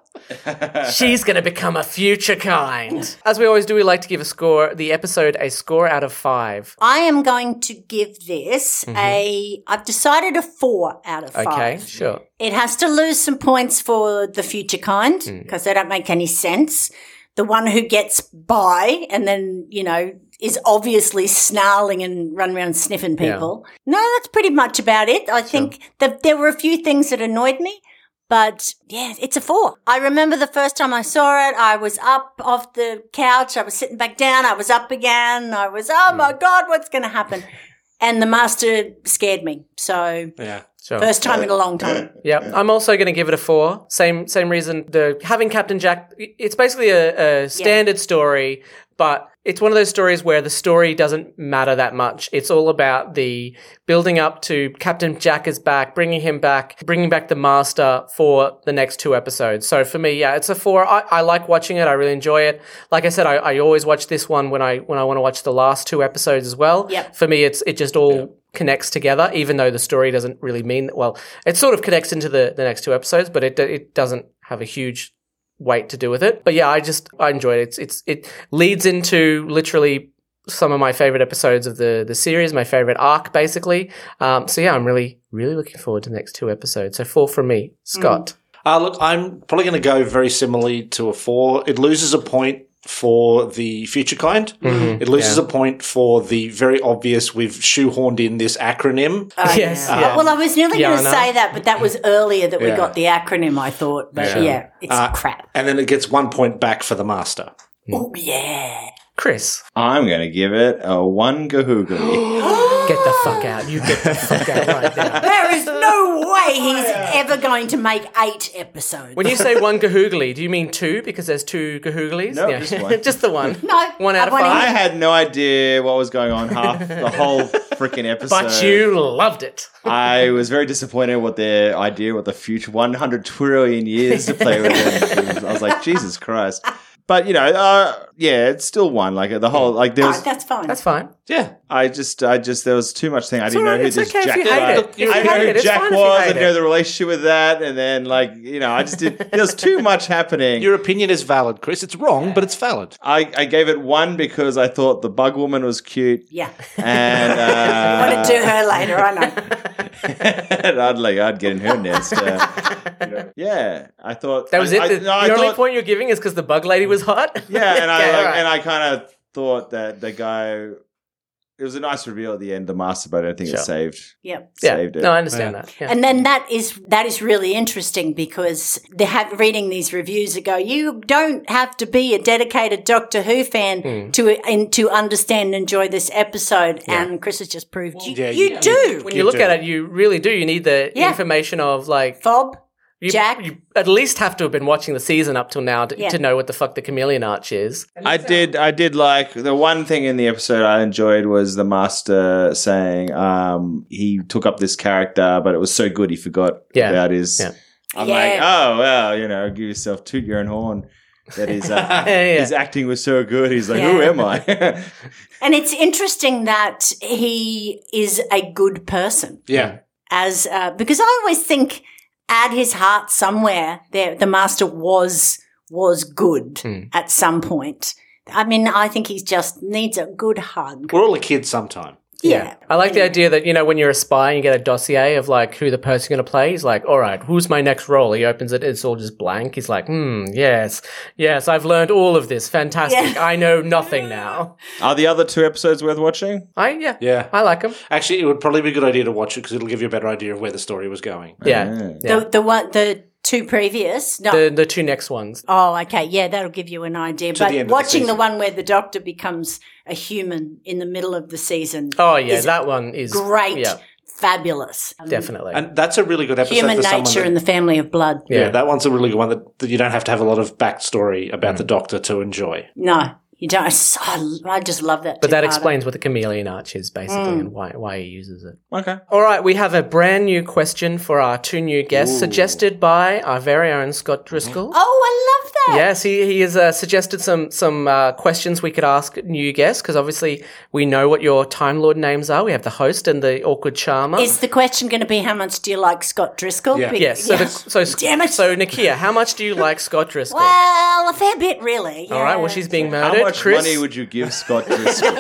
She's going to become a future kind. As we always do, we like to give a score, the episode a score out of five. I am going to give this a. I've decided a four out of Okay, five. sure. It has to lose some points for the future kind because they don't make any sense. The one who gets by and then you know is obviously snarling and run around sniffing people. No, that's pretty much about it. I think that there were a few things that annoyed me. But yeah, it's a four. I remember the first time I saw it, I was up off the couch, I was sitting back down, I was up again, I was, oh my God, what's going to happen? And the master scared me. So, Yeah. Sure. first time in a long time. Yeah, I'm also going to give it a four. Same same reason. The having Captain Jack. It's basically a, a standard story, but it's one of those stories where the story doesn't matter that much. It's all about the building up to Captain Jack is back, bringing him back, bringing back the Master for the next two episodes. So for me, yeah, it's a four. I, I like watching it. I really enjoy it. Like I said, I, I always watch this one when I when I want to watch the last two episodes as well. Yep. For me, it's it just all connects together, even though the story doesn't really mean well. It sort of connects into the the next two episodes, but it do- it doesn't have a huge weight to do with it. But yeah, I just I enjoy it. It's it's it leads into literally some of my favorite episodes of the the series, my favorite arc basically. Um, so yeah, I'm really really looking forward to the next two episodes. So four from me, Mm. Scott. Uh, look, I'm probably going to go very similarly to a four. It loses a point for the future kind. It loses a point for the very obvious. We've shoehorned in this acronym. Oh, Yes, yeah. yeah. Well, I was nearly going to Yana. say that, but that was earlier that we Yeah. got the acronym, I thought. But yeah, it's Uh, crap. And then it gets one point back for the master. mm. Oh, yeah. Chris, I'm going to give it a one gahoogie. get the fuck out. You get the fuck out right now. There is no way he's ever going to make eight episodes. Oh, When you say one gahoogly, do you mean two? Because there's two gahooglies? No, just one. just the one. No, One out I of want I five. had no idea what was going on half the whole freaking episode. But you loved it. I was very disappointed what their idea, what the future 100 trillion years to play with. Them. I was like, Jesus Christ. But you know, uh, yeah, it's still one. Like the whole, like there Oh, was. that's fine. That's fine. Yeah. I just, I just, there was too much thing. I didn't all right. know who It's this okay if Jack you was. hate it. If you I hate didn't know it, who it's Jack fine if you was. I hate didn't it. know the relationship with that, and then like you know, I just did. there was too much happening. Your opinion is valid, Chris. It's wrong, but it's valid. I, I gave it one because I thought the bug woman was cute. yeah. And I want to uh, do her later, I know. and I'd like I'd get in her nest. Uh, you know. Yeah, I thought That was I- it. I- the no, I the only thought- point you're giving is because the bug lady was hot. Yeah, and I Okay, like, all right. and I kind of thought that the guy. It was a nice reveal at the end, the master, but I don't think Sure. it saved Yep. yeah. saved it. No, I understand that. Yeah. And then that is that is really interesting because they have reading these reviews that go, you don't have to be a dedicated Doctor Who fan to and to understand and enjoy this episode. And Chris has just proved you, yeah, you you- do. when you look at it, you really do. You need the Yeah. information of like Bob, you, Jack. You at least have to have been watching the season up till now to, Yeah. to know what the fuck the chameleon arch is. I did. I did like the one thing in the episode I enjoyed was the master saying um, he took up this character, but it was so good he forgot Yeah. about his. Yeah. I'm Yeah. like, oh well, you know, give yourself toot your own horn. That his, uh, Yeah, yeah. his acting was so good. He's like, Yeah. who am I? And it's interesting that he is a good person Yeah. as uh, because I always think at his heart somewhere there the master was was good at some point. I mean, I think he just needs a good hug. We're all a kid sometime. Yeah. I like the idea that, you know, when you're a spy and you get a dossier of like who the person going to play, he's like, all right, who's my next role? He opens it, it's all just blank. He's like, hmm, yes, yes, I've learned all of this. Fantastic. Yeah. I know nothing now. Are the other two episodes worth watching? I, yeah, Yeah. I like him. Actually, it would probably be a good idea to watch it because it'll give you a better idea of where the story was going. Yeah. yeah. The the one the two previous no. The, the two next ones. Oh, okay. Yeah, that'll give you an idea. but the end of the watching the, season. one where the doctor becomes a human in the middle of the season. Oh, yeah, is that one is great, Yeah, fabulous. Um, definitely. And that's a really good episode. Human for someone nature that- and the family of blood. yeah, that one's a really good one that, that you don't have to have a lot of backstory about the Doctor to enjoy. No, You don't. I so- I just love that. But that two-parter. explains what the chameleon arch is basically Mm. and why, why he uses it. Okay. All right, we have a brand new question for our two new guests, suggested by our very own Scott Driscoll. Oh, I love that. Yes, he, he has uh, suggested some some uh, questions we could ask new guests because obviously we know what your Time Lord names are. We have the host and the awkward charmer. Is the question going to be how much do you like Scott Driscoll? Yeah. Be- yes. So, yeah. the, so Damn it. so Nakia, how much do you like Scott Driscoll? well, a fair bit, really. All right. Well, yeah. she's being How murdered. much Chris? money would you give Scott Driscoll?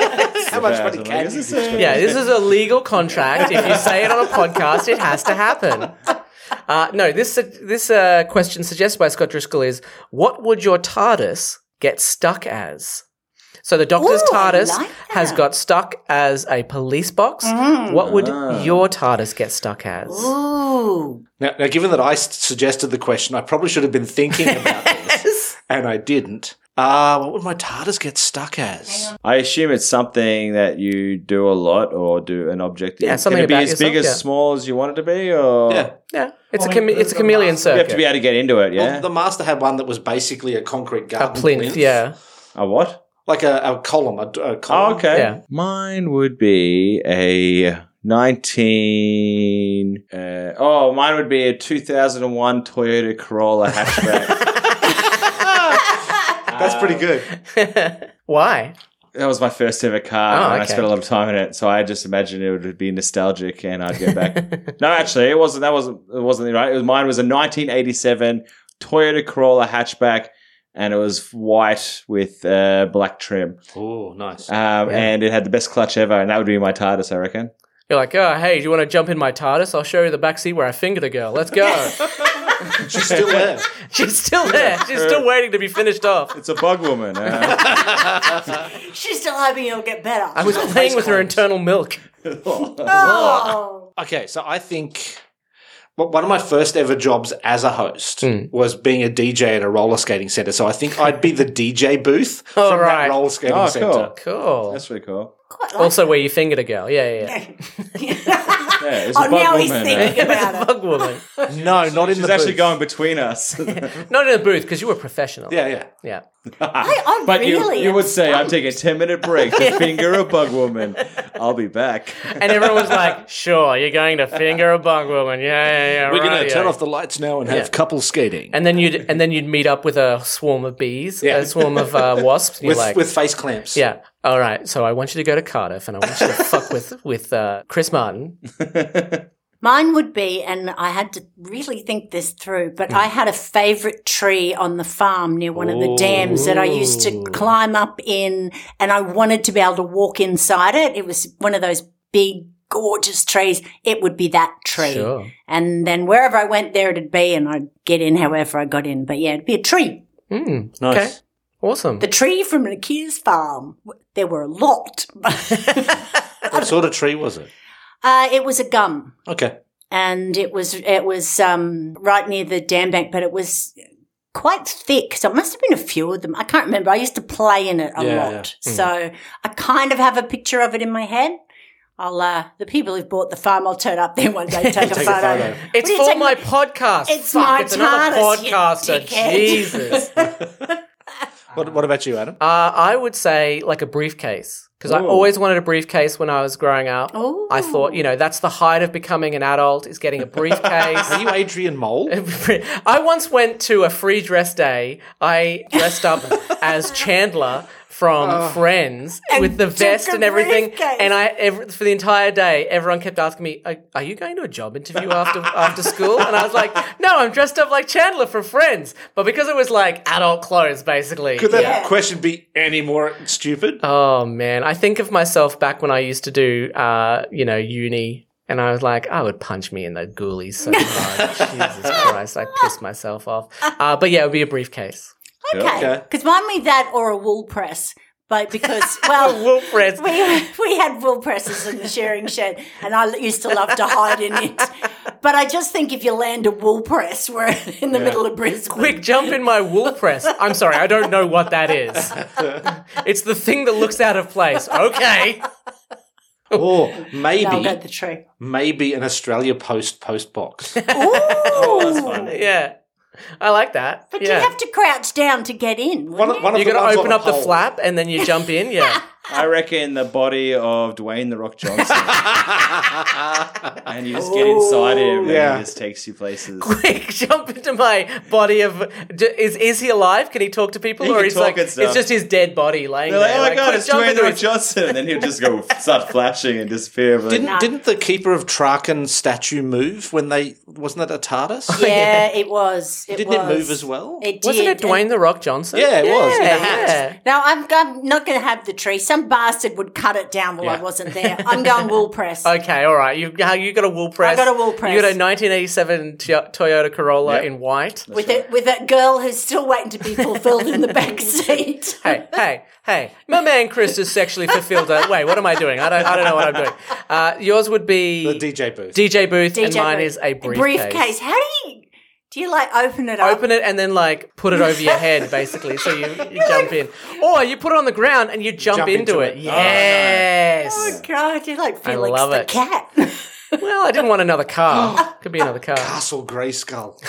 How much money can you give Scott? Yeah, this is a legal contract. If you say it on a podcast, it has to happen. Uh, no, this this uh, question suggested by Scott Driscoll is: What would your TARDIS get stuck as? So the Doctor's Ooh, I TARDIS like has that. Mm-hmm. got stuck as a police box. What would your TARDIS get stuck as? Ooh. Now, now, given that I s- suggested the question, I probably should have been thinking about this, and I didn't. Uh, what would my TARDIS get stuck as? I assume it's something that you do a lot or do an object. Yeah, Can something it be about as big yourself, as yeah. small as you want it to be, or Yeah. Yeah, it's Oh, Well, a chame- the- it's a the chameleon last- you you circuit. have to be able to get into it. Yeah, Well, the Master had one that was basically a concrete a garden. plinth, yeah. a what? Like a, a column. A, d- a column. Oh, okay. Yeah. Mine would be a 19. Uh, oh, mine would be a 2001 Toyota Corolla hatchback. That's pretty good. Why? that was my first ever car, Oh, and I okay. spent a lot of time in it. So I just imagined it would be nostalgic, and I'd go back. no, actually, it wasn't. That wasn't. It wasn't right. It was mine. Was a 1987 Toyota Corolla hatchback. And it was white with uh, black trim, Oh, nice. um, and it had the best clutch ever, and that would be my TARDIS, I reckon. You're like, oh, hey, do you want to jump in my TARDIS? I'll show you the backseat where I fingered a girl. Let's go. She's still there. She's still there. She's still waiting to be finished off. It's a bug woman. uh. She's still hoping it'll get better. I was playing with her internal milk. oh. Okay, so I think well, one of my first ever jobs as a host Hmm. was being a DJ at a roller skating center. So I think I'd be the DJ booth Oh, from right. that roller skating Oh, center. cool. Cool. That's pretty cool. Also, where you fingered a girl. Yeah, yeah, yeah. Yeah, it's a oh, bug now woman. he's thinking about it. Bug woman. No, not in She's the actually booth. going between us. Not in the booth because you were professional. Yeah, yeah. Yeah. Ah. I, I but really you, you would say, I'm taking a 10 minute break to finger a bug woman. I'll be back. And everyone was like, sure, you're going to finger a bug woman. Yeah, yeah, yeah. We're going right, to turn yeah. off the lights now and have Yeah. couple skating And then you'd and then you'd meet up with a swarm of bees, Yeah. a swarm of uh, wasps. And with you're like, with face clamps. yeah, all right. So I want you to go to Cardiff, and I want you to fuck with with uh, Chris Martin. Mine would be, and I had to really think this through, but I had a favorite tree on the farm near one of the dams that I used to climb up in, and I wanted to be able to walk inside it. It was one of those big, gorgeous trees. It would be that tree. Sure. And then wherever I went, there it'd be, and I'd get in however I got in. But yeah, it'd be a tree. Mm, Nice. Okay. Awesome. The tree from Nakia's farm. There were a lot. What sort of tree was it? uh, it was a gum. Okay. and it was it was um, right near the dam bank, but it was quite thick. So it must have been a few of them. I can't remember. I used to play in it a Yeah, lot, so I kind of have a picture of it in my head. I'll uh, the people who've bought the farm. I'll turn up there one day, take, a, Take photo. a photo. It's What are you for taking my podcast. It's Fuck, my it's another TARDIS, you podcaster. dickhead. Jesus. uh, What, what about you, Adam? I would say like a briefcase because I Ooh. always wanted a briefcase when I was growing up. Ooh. I thought, you know, that's the height of becoming an adult is getting a briefcase. Are you Adrian Mole? I once went to a free dress day. I dressed up as Chandler from Friends with the vest took a and everything. briefcase. And I every, for the entire day, everyone kept asking me, "Are, are you going to a job interview after after school?" And I was like, "No, I'm dressed up like Chandler from Friends." But because it was like adult clothes, basically. Could that Yeah. question be any more stupid? Oh man, I think of myself back when I used to do, uh, you know, uni, and I was like, I would punch me in the ghoulies so hard. Jesus Christ, I pissed myself off. Uh, but yeah, it would be a briefcase. Okay, Okay. because mine would be that or a wool press, but because well. Wool press. We, we had wool presses in the sharing shed, and I used to love to hide in it. But I just think if you land a wool press, we're in the middle of Brisbane. Quick jump in my wool press. I'm sorry, I don't know what that is. It's the thing that looks out of place. Okay. Or I'll maybe, go to the tree. maybe an Australia Post post box. Ooh. Yeah. I like that. But yeah. you have to crouch down to get in. One, wouldn't of- one of you the got ones to on open up the pole. flap and then you jump in. Yeah. I reckon the body of Dwayne the Rock Johnson. and you just get inside him Yeah. and he just takes you places. Quick, jump into my body of. d- Is is he alive? Can he talk to people, He or can he's talk like and it's stuff. just his dead body laying They're like, there? oh my god, put a it's jump Dwayne into the Rock his- Johnson. And then he'll just go start flashing and disappear. But Didn't, didn't the keeper of Traken statue move when they wasn't that a TARDIS? it? Yeah, it was. It Didn't was. it move as well? It did. Wasn't it And- Dwayne the Rock Johnson? yeah, it was. in a Yeah, hat. yeah. No, I'm, I'm not going to have the tree. Some bastard would cut it down while I Yeah. wasn't there. I'm going wool press. Okay, all right. You how you got a wool press? I got a wool press. You got a 1987 T- Toyota Corolla Yep. in white. with a, with a girl who's still waiting to be fulfilled in the back seat. Hey, hey, hey! My man Chris is sexually fulfilled. Her. Wait, what am I doing? I don't, I don't know what I'm doing. Uh, yours would be The DJ booth. DJ booth, and DJ mine booth. is a briefcase. briefcase. How do you do? You like open it up? Open it and then like put it over your head, basically, so you, you jump in, or you put it on the ground and you jump, Jump into, into it. it. Oh, Yes. Oh God, you're like Felix love the it. cat. Well, I didn't want another car. Could be another car. Castle Grayskull.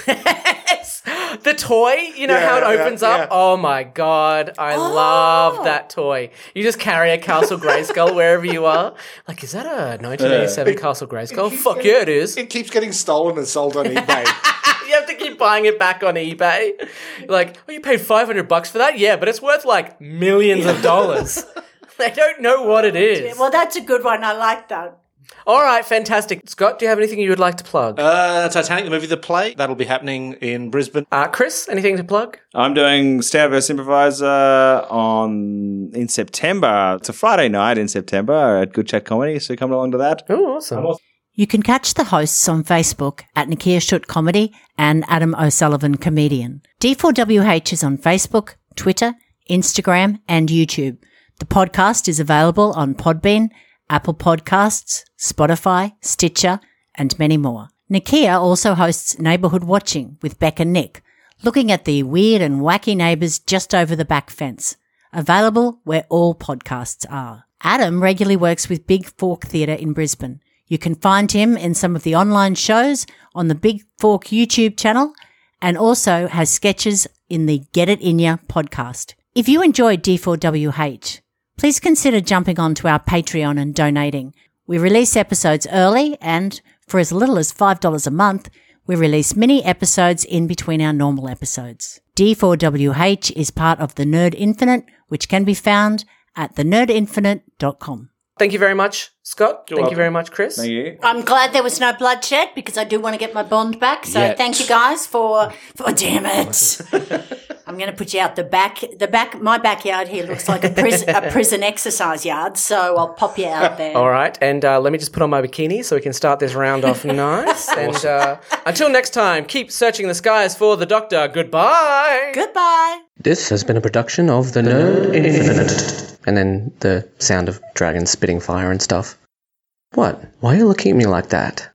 The toy, you know Yeah, how it yeah, opens yeah. Oh. up? Oh my god, I love that toy. You just carry a Castle Grayskull wherever you are. Like, is that a 1987 Castle Grayskull? Fuck yeah, it is. it keeps getting stolen and sold on eBay. You have to keep buying it back on eBay. Like, oh, you paid 500 bucks for that? Yeah, but it's worth like millions of dollars. They don't know what it is. well, that's a good one. I like that. All right, fantastic. Scott, do you have anything you would like to plug? Uh, uh, Titanic, the movie, the play. That'll be happening in Brisbane. Uh, Chris, anything to plug? I'm doing Stand vs. Improviser on in September. It's a Friday night in September at Good Chat Comedy, so come along to that. Oh, awesome. You can catch the hosts on Facebook at Nakia Schutt Comedy and Adam O'Sullivan Comedian. D4WH is on Facebook, Twitter, Instagram, and YouTube. The podcast is available on Podbean, Apple Podcasts, Spotify, Stitcher, and many more. Nakia also hosts Neighborhood Watching with Beck and Nick, looking at the weird and wacky neighbors just over the back fence available where all podcasts are. Adam regularly works with Big Fork Theatre in Brisbane. You can find him in some of the online shows on the Big Fork YouTube channel and also has sketches in the Get It In Ya podcast. If you enjoy D4WH, please consider jumping onto our Patreon and donating. We release episodes early and for as little as $5 a month, we release mini episodes in between our normal episodes. D4WH is part of the Nerd Infinite, which can be found at thenerdinfinite.com. Thank you very much, Scott. Thank you welcome. very much, Chris. Thank you. I'm glad there was no bloodshed because I do want to get my bond back. So Yet. thank you guys for for damn it. I'm going to put you out the back. The back. My backyard here looks like a prison a prison exercise yard. So I'll pop you out there. All right, and uh, let me just put on my bikini so we can start this round off nice. And uh, until next time, keep searching the skies for the Doctor. Goodbye. Goodbye. This has been a production of The Nerd Infinite. And then the sound of dragons spitting fire and stuff. What? Why are you looking at me like that?